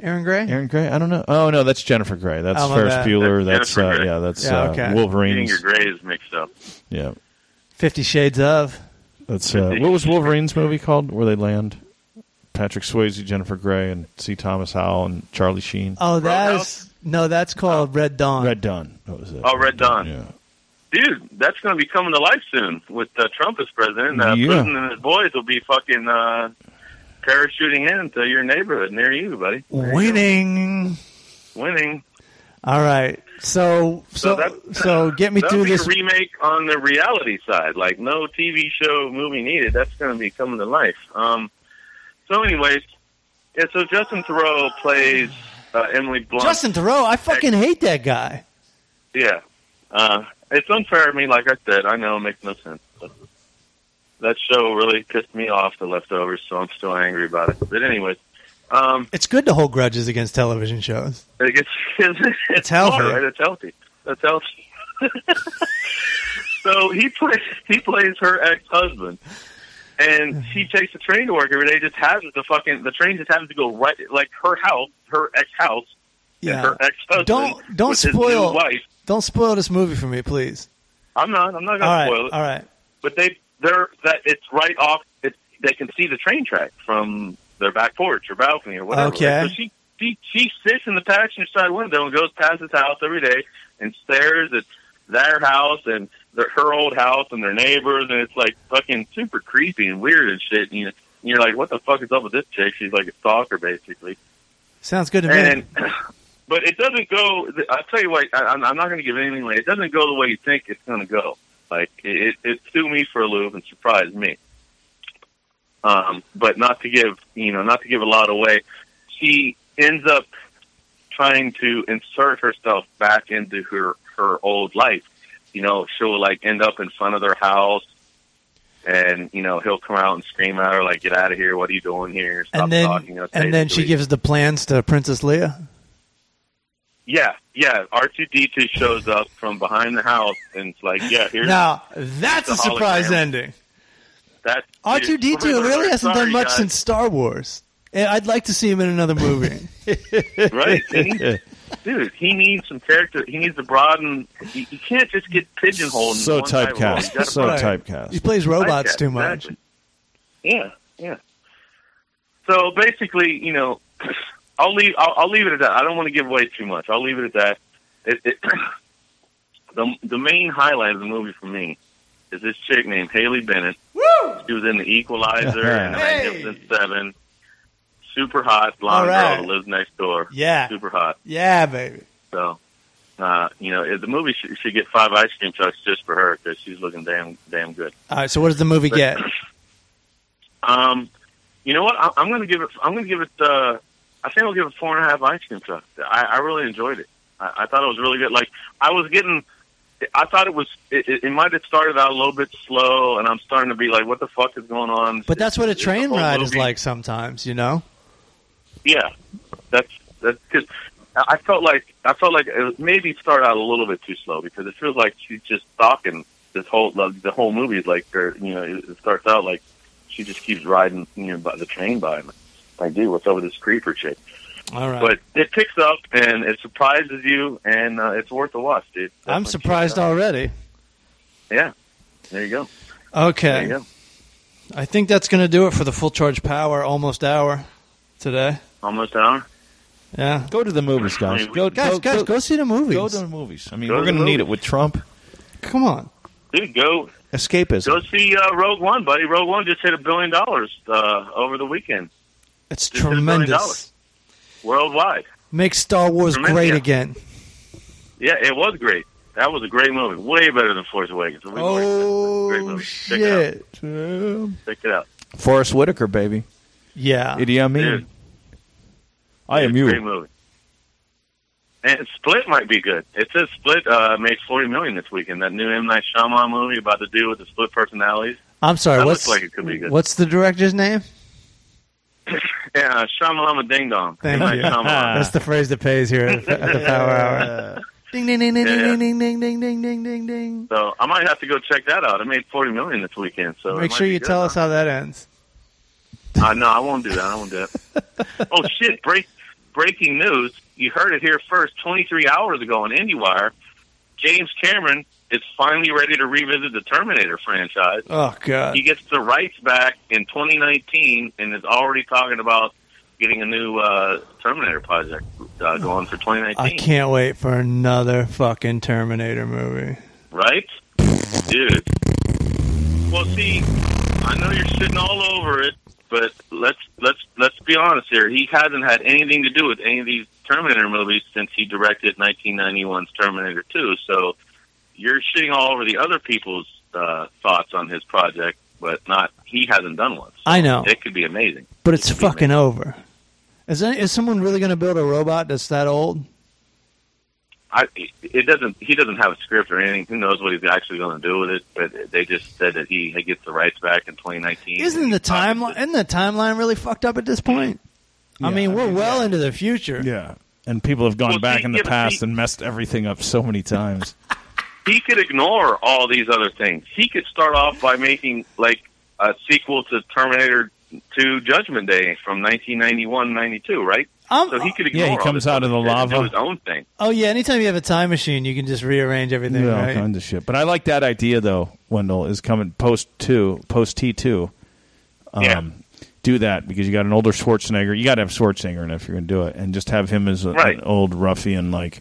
[SPEAKER 1] Aaron Gray.
[SPEAKER 3] Aaron Gray? I don't know. Oh no, that's Jennifer Gray. That's
[SPEAKER 1] Oh, my
[SPEAKER 3] Ferris
[SPEAKER 1] bad.
[SPEAKER 3] Bueller.
[SPEAKER 4] That's
[SPEAKER 3] That's,
[SPEAKER 4] Jennifer
[SPEAKER 3] uh,
[SPEAKER 4] Grey.
[SPEAKER 3] yeah, that's
[SPEAKER 1] Yeah,
[SPEAKER 3] uh,
[SPEAKER 1] okay.
[SPEAKER 4] Getting
[SPEAKER 3] Wolverine.
[SPEAKER 4] your grays mixed up.
[SPEAKER 3] Yeah.
[SPEAKER 1] Fifty Shades of.
[SPEAKER 3] That's uh, what was Wolverine's movie called? Where they land? Patrick Swayze, Jennifer Grey, and C. Thomas Howell and Charlie Sheen.
[SPEAKER 1] Oh, that
[SPEAKER 4] Roadhouse?
[SPEAKER 1] is no. That's called Red Dawn.
[SPEAKER 3] Red Dawn. That was it.
[SPEAKER 4] Oh, Red Dawn.
[SPEAKER 3] Yeah.
[SPEAKER 4] Dude, that's going to be coming to life soon with uh, Trump as president. Uh,
[SPEAKER 3] Yeah.
[SPEAKER 4] Putin and his boys will be fucking uh, parachuting into your neighborhood near you, buddy.
[SPEAKER 1] Winning.
[SPEAKER 4] Winning.
[SPEAKER 1] All right. So so
[SPEAKER 4] So
[SPEAKER 1] so,
[SPEAKER 4] that-
[SPEAKER 1] get me
[SPEAKER 4] That'll
[SPEAKER 1] through
[SPEAKER 4] be a
[SPEAKER 1] this.
[SPEAKER 4] remake on the reality side. Like no TV show, movie needed. That's going to be coming to life. Um, so, anyways, yeah. So Justin Thoreau plays uh, Emily Blunt.
[SPEAKER 1] Justin Thoreau. I fucking hate that guy.
[SPEAKER 4] Yeah. Uh, it's unfair to me, like I said. I know it makes no sense. But that show really pissed me off, the leftovers, so I'm still angry about it. But anyways, um,
[SPEAKER 1] It's good to hold grudges against television shows.
[SPEAKER 4] it gets, it's, (laughs)
[SPEAKER 1] It's healthy.
[SPEAKER 4] all right? It's healthy. That's healthy. (laughs) so he plays he plays her ex husband,
[SPEAKER 1] Mm-hmm.
[SPEAKER 4] and she takes the train to work every day. Just happens to fucking the train just happens to go right like her house, her ex house, and
[SPEAKER 1] Yeah.
[SPEAKER 4] her ex husband.
[SPEAKER 1] Don't- don't spoil-
[SPEAKER 4] Wife.
[SPEAKER 1] Don't spoil this movie for me, please.
[SPEAKER 4] I'm not. I'm not
[SPEAKER 1] All
[SPEAKER 4] gonna
[SPEAKER 1] right.
[SPEAKER 4] spoil it.
[SPEAKER 1] All right.
[SPEAKER 4] but they they're that it's right off. It's, they can see the train track from their back porch or balcony or whatever.
[SPEAKER 1] Okay.
[SPEAKER 4] So she, she she sits in the passenger side window and goes past his house every day and stares at their house and their, her old house and their neighbors and it's like fucking super creepy and weird and shit. And you and you're like, what the fuck is up with this chick? She's like a stalker basically.
[SPEAKER 1] Sounds good to me.
[SPEAKER 4] And (clears throat) but it doesn't go. I'll tell you what. I, I'm I'm not going to give anything away. It doesn't go the way you think it's going to go. Like it, it threw me for a loop and surprised me. Um, but not to give you know not to give a lot away. She ends up trying to insert herself back into her her old life. You know, she'll like end up in front of their house. And you know he'll come out and scream at her like, "Get out of here! What are you doing here? Stop
[SPEAKER 1] and then
[SPEAKER 4] talking!" I'll tell you
[SPEAKER 1] and then
[SPEAKER 4] to
[SPEAKER 1] she
[SPEAKER 4] leave."
[SPEAKER 1] gives the plans to Princess Leia.
[SPEAKER 4] Yeah, yeah. R two D two shows up from behind the house and it's like, yeah, here's
[SPEAKER 1] Now that's a
[SPEAKER 4] It's a
[SPEAKER 1] surprise
[SPEAKER 4] hologram.
[SPEAKER 1] ending.
[SPEAKER 4] that.
[SPEAKER 1] R two D two really hasn't
[SPEAKER 4] Sorry,
[SPEAKER 1] done much
[SPEAKER 4] guys.
[SPEAKER 1] since Star Wars. And I'd like to see him in another movie.
[SPEAKER 4] (laughs)
[SPEAKER 1] (laughs)
[SPEAKER 4] right, He needs- dude. He needs some character. He needs to broaden. You, you can't just get pigeonholed. in
[SPEAKER 3] So
[SPEAKER 4] one type of role. You
[SPEAKER 3] typecast.
[SPEAKER 4] gotta
[SPEAKER 3] So
[SPEAKER 4] broaden-
[SPEAKER 3] typecast.
[SPEAKER 1] He plays robots
[SPEAKER 4] typecast,
[SPEAKER 1] too much.
[SPEAKER 4] exactly. Yeah, yeah. So basically, you know, (clears throat) I'll leave. I'll, I'll leave it at that. I don't want to give away too much. I'll leave it at that. It, it, (clears throat) the the main highlight of the movie for me is this chick named Haley Bennett. Woo! She was in The Equalizer and The
[SPEAKER 1] Hey!
[SPEAKER 4] Magnificent Seven. Super hot
[SPEAKER 1] All
[SPEAKER 4] blonde
[SPEAKER 1] right.
[SPEAKER 4] girl that lives next door.
[SPEAKER 1] Yeah.
[SPEAKER 4] super hot.
[SPEAKER 1] Yeah, baby.
[SPEAKER 4] So, uh, you know, it- the movie should, should get five ice cream trucks just for her because she's looking damn damn good.
[SPEAKER 1] All right. So what does the movie get?
[SPEAKER 4] Um, you know what? I, I'm going to give it. I'm going to give it. Uh, I think I'll give it four and a half ice cream trucks. I, I really enjoyed it. I, I thought it was really good. Like I was getting. I thought it was. It, it, it might have started out a little bit slow, and I'm starting to be like, "What the fuck is going on?"
[SPEAKER 1] But that's what a
[SPEAKER 4] It's
[SPEAKER 1] train
[SPEAKER 4] whole
[SPEAKER 1] ride is
[SPEAKER 4] movie.
[SPEAKER 1] like sometimes, you know.
[SPEAKER 4] Yeah, that's that's because I I felt like I felt like it was maybe start out a little bit too slow because it feels like she's just talking this whole like, the whole movie is like or you know it it starts out like she just keeps riding you know by the train by him. Like, dude, what's up with this creeper chick?
[SPEAKER 1] All right.
[SPEAKER 4] But it picks up and it surprises you, and uh, it's worth a watch, dude.
[SPEAKER 1] I'm
[SPEAKER 4] Definitely check
[SPEAKER 1] surprised
[SPEAKER 4] it out.
[SPEAKER 1] already.
[SPEAKER 4] Yeah, there you go. There you
[SPEAKER 1] Okay.
[SPEAKER 4] go.
[SPEAKER 1] I think that's going to do it for the full charge power almost hour today.
[SPEAKER 4] Almost an hour.
[SPEAKER 1] Yeah.
[SPEAKER 3] Go to the movies, guys. Go,
[SPEAKER 1] Guys,
[SPEAKER 3] go,
[SPEAKER 1] guys, go,
[SPEAKER 3] go,
[SPEAKER 1] see the movies.
[SPEAKER 3] go to the movies. I mean,
[SPEAKER 4] Go
[SPEAKER 3] we're
[SPEAKER 4] to
[SPEAKER 3] going
[SPEAKER 4] the
[SPEAKER 3] to need
[SPEAKER 4] movies.
[SPEAKER 3] it with Trump.
[SPEAKER 1] Come on.
[SPEAKER 4] Dude, go
[SPEAKER 3] Escapism.
[SPEAKER 4] go see uh, Rogue One, buddy. Rogue One just hit a billion dollars uh, over the weekend.
[SPEAKER 1] It's
[SPEAKER 4] Just hit a billion
[SPEAKER 1] tremendous.
[SPEAKER 4] dollars. worldwide.
[SPEAKER 1] Make Star Wars
[SPEAKER 4] Tremendous,
[SPEAKER 1] great
[SPEAKER 4] yeah.
[SPEAKER 1] again.
[SPEAKER 4] Yeah, it was great. That was a great movie. Way better than Force Awakens. We Great
[SPEAKER 1] Oh
[SPEAKER 4] movie. Check it out.
[SPEAKER 1] shit!
[SPEAKER 4] Check it out.
[SPEAKER 3] Forrest Whitaker, baby.
[SPEAKER 1] Yeah,
[SPEAKER 3] Idi Amin.
[SPEAKER 4] Dude.
[SPEAKER 3] I am you.
[SPEAKER 4] Great movie. And Split might be good. It says Split uh, made forty million this weekend. That new M Night Shyamalan movie about the dude with the split personalities.
[SPEAKER 1] I'm sorry.
[SPEAKER 4] That
[SPEAKER 1] Uh, what's
[SPEAKER 4] looks like it could be good.
[SPEAKER 1] what's the director's name?
[SPEAKER 4] Yeah, uh, Shyamalan Ding Dong.
[SPEAKER 1] Thank
[SPEAKER 4] M. Night
[SPEAKER 1] you. (laughs)
[SPEAKER 4] Shyamalan.
[SPEAKER 1] That's the phrase that pays here at, at the Power
[SPEAKER 4] (laughs)
[SPEAKER 1] Hour.
[SPEAKER 3] Uh,
[SPEAKER 1] Ding ding ding ding
[SPEAKER 4] Yeah, yeah.
[SPEAKER 1] ding ding ding ding ding ding ding ding.
[SPEAKER 4] So I might have to go check that out. It made forty million this weekend. So it
[SPEAKER 1] Make
[SPEAKER 4] might
[SPEAKER 1] sure
[SPEAKER 4] be
[SPEAKER 1] you
[SPEAKER 4] good,
[SPEAKER 1] tell
[SPEAKER 4] huh?
[SPEAKER 1] us how that ends.
[SPEAKER 4] Uh, no, I won't do that. I won't do that. oh shit! Break, breaking news! You heard it here first. Twenty-three hours ago on IndieWire, James Cameron is finally ready to revisit the Terminator franchise.
[SPEAKER 1] Oh God.
[SPEAKER 4] He gets the rights back in 2019 and is already talking about getting a new uh, Terminator project uh, going for 2019.
[SPEAKER 1] I can't wait for another fucking Terminator movie.
[SPEAKER 4] Right? Dude. Well, see, I know you're sitting all over it, but let's let's let's be honest here. He hasn't had anything to do with any of these Terminator movies since he directed 1991's Terminator 2. So you're shitting all over the other people's uh, thoughts on his project, but not he hasn't done one. So
[SPEAKER 1] I know.
[SPEAKER 4] it could be amazing.
[SPEAKER 1] But it's
[SPEAKER 4] It could be
[SPEAKER 1] fucking
[SPEAKER 4] amazing.
[SPEAKER 1] over. Is any, is someone really going to build a robot that's that old?
[SPEAKER 4] I, it doesn't. He doesn't have a script or anything. Who knows what he's actually going to do with it? But they just said that he, he gets the rights back in 2019.
[SPEAKER 1] Isn't the timeline isn't the timeline really fucked up at this point? I
[SPEAKER 3] Yeah,
[SPEAKER 1] mean,
[SPEAKER 3] I
[SPEAKER 1] we're well into the future.
[SPEAKER 3] Yeah. And people have gone
[SPEAKER 4] Well,
[SPEAKER 3] back
[SPEAKER 4] see,
[SPEAKER 3] in the
[SPEAKER 4] yeah, but
[SPEAKER 3] past
[SPEAKER 4] see-
[SPEAKER 3] and messed everything up so many
[SPEAKER 4] (laughs)
[SPEAKER 3] times.
[SPEAKER 4] he could ignore all these other things. He could start off by making like a sequel to Terminator 2 Judgment Day from 1991, 92, right?
[SPEAKER 1] I'm-
[SPEAKER 4] so Um, he could ignore.
[SPEAKER 3] Yeah, he
[SPEAKER 4] all
[SPEAKER 3] comes
[SPEAKER 4] this
[SPEAKER 3] out of
[SPEAKER 4] other
[SPEAKER 3] the
[SPEAKER 4] shit and do
[SPEAKER 3] lava.
[SPEAKER 4] his own thing.
[SPEAKER 1] Oh yeah, anytime you have a time machine, you can just rearrange everything,
[SPEAKER 3] Yeah, all
[SPEAKER 1] right?
[SPEAKER 3] kinds of shit. But I like that idea though. Wendell is coming post two, post T two. Um,
[SPEAKER 4] Yeah.
[SPEAKER 3] Do that because you got an older Schwarzenegger. You got to have Schwarzenegger in it if you're going to do it, and just have him as a,
[SPEAKER 4] Right.
[SPEAKER 3] an old ruffian like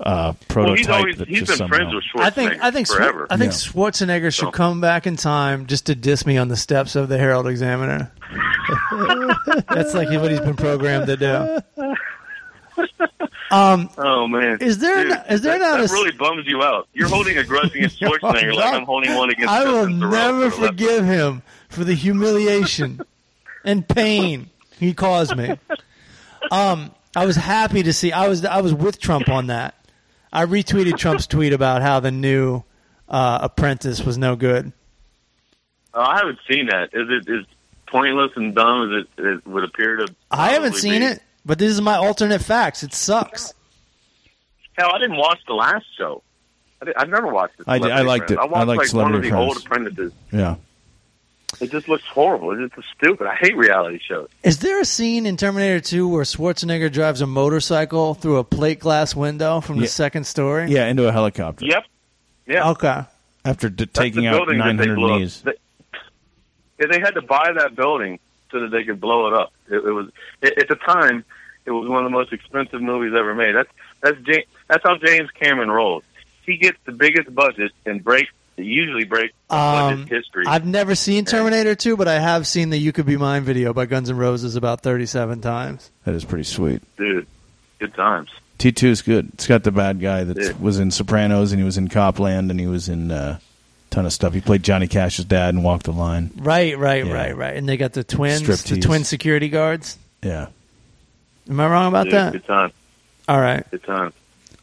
[SPEAKER 3] uh,
[SPEAKER 4] Well,
[SPEAKER 3] prototype.
[SPEAKER 4] he's always
[SPEAKER 3] that
[SPEAKER 4] he's
[SPEAKER 3] just
[SPEAKER 4] been
[SPEAKER 3] somehow,
[SPEAKER 4] friends with Schwarzenegger
[SPEAKER 1] I think I think Schwar-
[SPEAKER 4] forever.
[SPEAKER 1] I think
[SPEAKER 3] Yeah.
[SPEAKER 1] Schwarzenegger should
[SPEAKER 4] So-
[SPEAKER 1] come back in time just to diss me on the steps of the Herald Examiner. That's like what he's been programmed to do. Um,
[SPEAKER 4] oh man,
[SPEAKER 1] Is there
[SPEAKER 4] Dude,
[SPEAKER 1] no- is there
[SPEAKER 4] that,
[SPEAKER 1] not
[SPEAKER 4] that
[SPEAKER 1] a s-
[SPEAKER 4] really bums you out? You're holding a
[SPEAKER 1] (laughs)
[SPEAKER 4] grudge against
[SPEAKER 1] You're
[SPEAKER 4] Schwarzenegger like
[SPEAKER 1] not-
[SPEAKER 4] I'm holding one against.
[SPEAKER 1] I will
[SPEAKER 4] Justin Theroux
[SPEAKER 1] never
[SPEAKER 4] for the left-
[SPEAKER 1] forgive him for the humiliation and pain he caused me. Um, I was happy to see. I was I was with Trump on that. I retweeted Trump's tweet about how the new uh, apprentice was no good.
[SPEAKER 4] Uh, I haven't seen that. Is it is pointless and dumb as it, it would appear to?
[SPEAKER 1] I haven't
[SPEAKER 4] probably
[SPEAKER 1] seen
[SPEAKER 4] be?
[SPEAKER 1] it, but this is my alternate facts. It sucks.
[SPEAKER 4] Hell, I didn't watch the last show. I did, I've never watched it.
[SPEAKER 3] I did- I liked it.
[SPEAKER 4] I
[SPEAKER 3] I
[SPEAKER 4] watched
[SPEAKER 3] liked
[SPEAKER 4] like one of
[SPEAKER 3] Celebrity
[SPEAKER 4] the old
[SPEAKER 3] Apprentice.
[SPEAKER 4] apprentices.
[SPEAKER 3] Yeah,
[SPEAKER 4] It just looks horrible. It's just stupid. I hate reality shows.
[SPEAKER 1] Is there a scene in Terminator 2 where Schwarzenegger drives a motorcycle through a plate glass window from the
[SPEAKER 3] Yeah.
[SPEAKER 1] second story?
[SPEAKER 3] yeah, into a helicopter
[SPEAKER 4] Yep. Yeah.
[SPEAKER 1] Okay.
[SPEAKER 3] after d-
[SPEAKER 4] That's
[SPEAKER 3] taking
[SPEAKER 4] the
[SPEAKER 3] out
[SPEAKER 4] building that they
[SPEAKER 3] 900
[SPEAKER 4] blew up.
[SPEAKER 3] knees.
[SPEAKER 4] They, yeah, they had to buy that building so that they could blow it up. It, it was it, at the time, it was one of the most expensive movies ever made. That's that's James, that's how James Cameron rolls. He gets the biggest budget and breaks usually breaks
[SPEAKER 1] Um,
[SPEAKER 4] budget history.
[SPEAKER 1] I've never seen Terminator 2, but I have seen the You Could Be Mine video by Guns N' Roses about 37 times.
[SPEAKER 3] That is pretty sweet.
[SPEAKER 4] Dude, good times.
[SPEAKER 3] T two is good. It's got the bad guy that
[SPEAKER 4] Yeah.
[SPEAKER 3] was in Sopranos and he was in Copland and he was in uh, ton of stuff. He played Johnny Cash's dad and Walk the Line.
[SPEAKER 1] Right, right,
[SPEAKER 3] Yeah.
[SPEAKER 1] right, right. And they got the twins, the
[SPEAKER 3] Striptease.
[SPEAKER 1] twin security guards.
[SPEAKER 3] Yeah,
[SPEAKER 1] Am I wrong about
[SPEAKER 4] Dude,
[SPEAKER 1] that?
[SPEAKER 4] Good time.
[SPEAKER 1] All right.
[SPEAKER 4] Good time.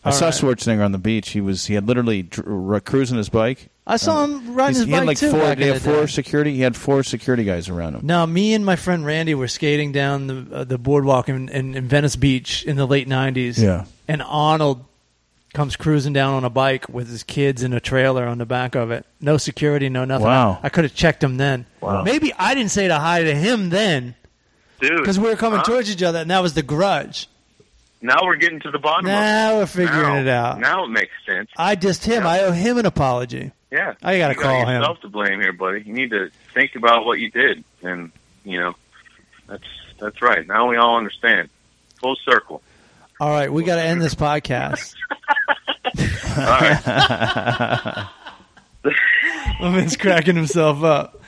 [SPEAKER 3] I saw
[SPEAKER 1] All
[SPEAKER 3] Schwarzenegger on the beach. He was he had literally dr- r- cruising his bike.
[SPEAKER 1] I saw him riding
[SPEAKER 3] He's-
[SPEAKER 1] his
[SPEAKER 3] he
[SPEAKER 1] bike
[SPEAKER 3] had like
[SPEAKER 1] too.
[SPEAKER 3] four.
[SPEAKER 1] back
[SPEAKER 3] they
[SPEAKER 1] in
[SPEAKER 3] had
[SPEAKER 1] the
[SPEAKER 3] four
[SPEAKER 1] day.
[SPEAKER 3] security. He had four security guys around him.
[SPEAKER 1] No, me and my friend Randy were skating down the uh, the boardwalk in, in, in Venice Beach in the late '90s.
[SPEAKER 3] Yeah.
[SPEAKER 1] and Arnold comes cruising down on a bike with his kids in a trailer on the back of it. No security, no nothing.
[SPEAKER 3] Wow.
[SPEAKER 1] I, could have checked him then.
[SPEAKER 3] Wow.
[SPEAKER 1] Maybe I didn't say to hi to him then
[SPEAKER 4] Dude.
[SPEAKER 1] because we were coming
[SPEAKER 4] huh?
[SPEAKER 1] towards each other, and that was the grudge.
[SPEAKER 4] Now we're getting to the bottom of
[SPEAKER 1] Now we're
[SPEAKER 4] it.
[SPEAKER 1] figuring
[SPEAKER 4] now,
[SPEAKER 1] it out.
[SPEAKER 4] Now it makes sense.
[SPEAKER 1] I dissed him.
[SPEAKER 4] Yeah.
[SPEAKER 1] I owe him an apology.
[SPEAKER 4] Yeah.
[SPEAKER 1] I gotta
[SPEAKER 4] you
[SPEAKER 1] call
[SPEAKER 4] got
[SPEAKER 1] him.
[SPEAKER 4] yourself to blame here, buddy. You need to think about what you did. And, you know, that's that's right. Now we all understand. Full circle.
[SPEAKER 1] All right, we got to end this podcast.
[SPEAKER 4] All right.
[SPEAKER 1] (laughs) Vince cracking himself up.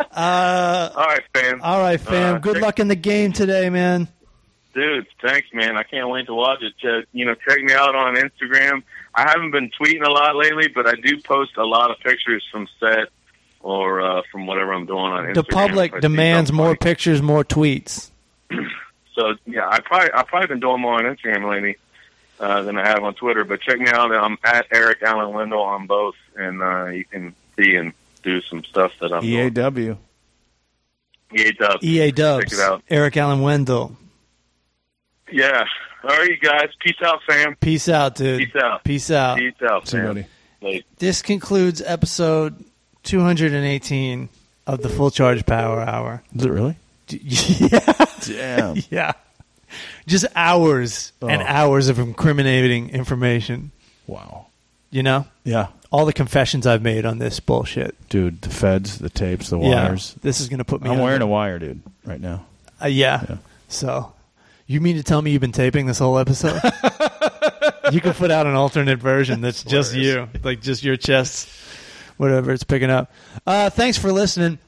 [SPEAKER 4] all right, fam.
[SPEAKER 1] Uh, All right, fam.
[SPEAKER 4] Uh,
[SPEAKER 1] good
[SPEAKER 4] check-
[SPEAKER 1] luck in the game today, man.
[SPEAKER 4] Dude, thanks, man. I can't wait to watch it. Check, you know, check me out on Instagram. I haven't been tweeting a lot lately, but I do post a lot of pictures from set or uh, from whatever I'm doing on Instagram.
[SPEAKER 1] the
[SPEAKER 4] If I
[SPEAKER 1] public
[SPEAKER 4] see
[SPEAKER 1] demands
[SPEAKER 4] something
[SPEAKER 1] more
[SPEAKER 4] funny.
[SPEAKER 1] pictures, more tweets.
[SPEAKER 4] So yeah, I probably I probably been doing more on Instagram lately uh, than I have on Twitter. But check me out. I'm at Eric Allen Wendell on both, and uh, you can see and do some stuff that
[SPEAKER 3] E
[SPEAKER 4] I'm
[SPEAKER 3] EAW.
[SPEAKER 4] doing. E EA Dubs.
[SPEAKER 1] EA
[SPEAKER 4] Check
[SPEAKER 1] E Dubs,
[SPEAKER 4] it out.
[SPEAKER 1] Eric Allen Wendell.
[SPEAKER 4] Yeah. All right, you guys. Peace out, fam.
[SPEAKER 1] Peace out, dude.
[SPEAKER 4] Peace out.
[SPEAKER 1] Peace out.
[SPEAKER 4] Peace out,
[SPEAKER 3] See,
[SPEAKER 4] fam.
[SPEAKER 3] buddy.
[SPEAKER 4] Later.
[SPEAKER 1] This concludes episode 218 of the Full Charge Power Hour. (laughs)
[SPEAKER 3] Is it really?
[SPEAKER 1] yeah,
[SPEAKER 3] Damn.
[SPEAKER 1] yeah. Just hours and
[SPEAKER 3] Oh.
[SPEAKER 1] hours of incriminating information.
[SPEAKER 3] (laughs) wow.
[SPEAKER 1] You know,
[SPEAKER 3] Yeah,
[SPEAKER 1] all the confessions I've made on this bullshit.
[SPEAKER 3] dude, the feds, the tapes, the
[SPEAKER 1] Yeah.
[SPEAKER 3] wires.
[SPEAKER 1] this is gonna put me.
[SPEAKER 3] I'm
[SPEAKER 1] on
[SPEAKER 3] wearing
[SPEAKER 1] the-
[SPEAKER 3] a wire, dude, right now.
[SPEAKER 1] Uh, yeah.
[SPEAKER 3] Yeah.
[SPEAKER 1] So, you mean to tell me you've been taping this whole
[SPEAKER 3] (laughs)
[SPEAKER 1] episode? you can put out an alternate version that's just you, like just your chest, whatever it's picking up. Uh, thanks for listening.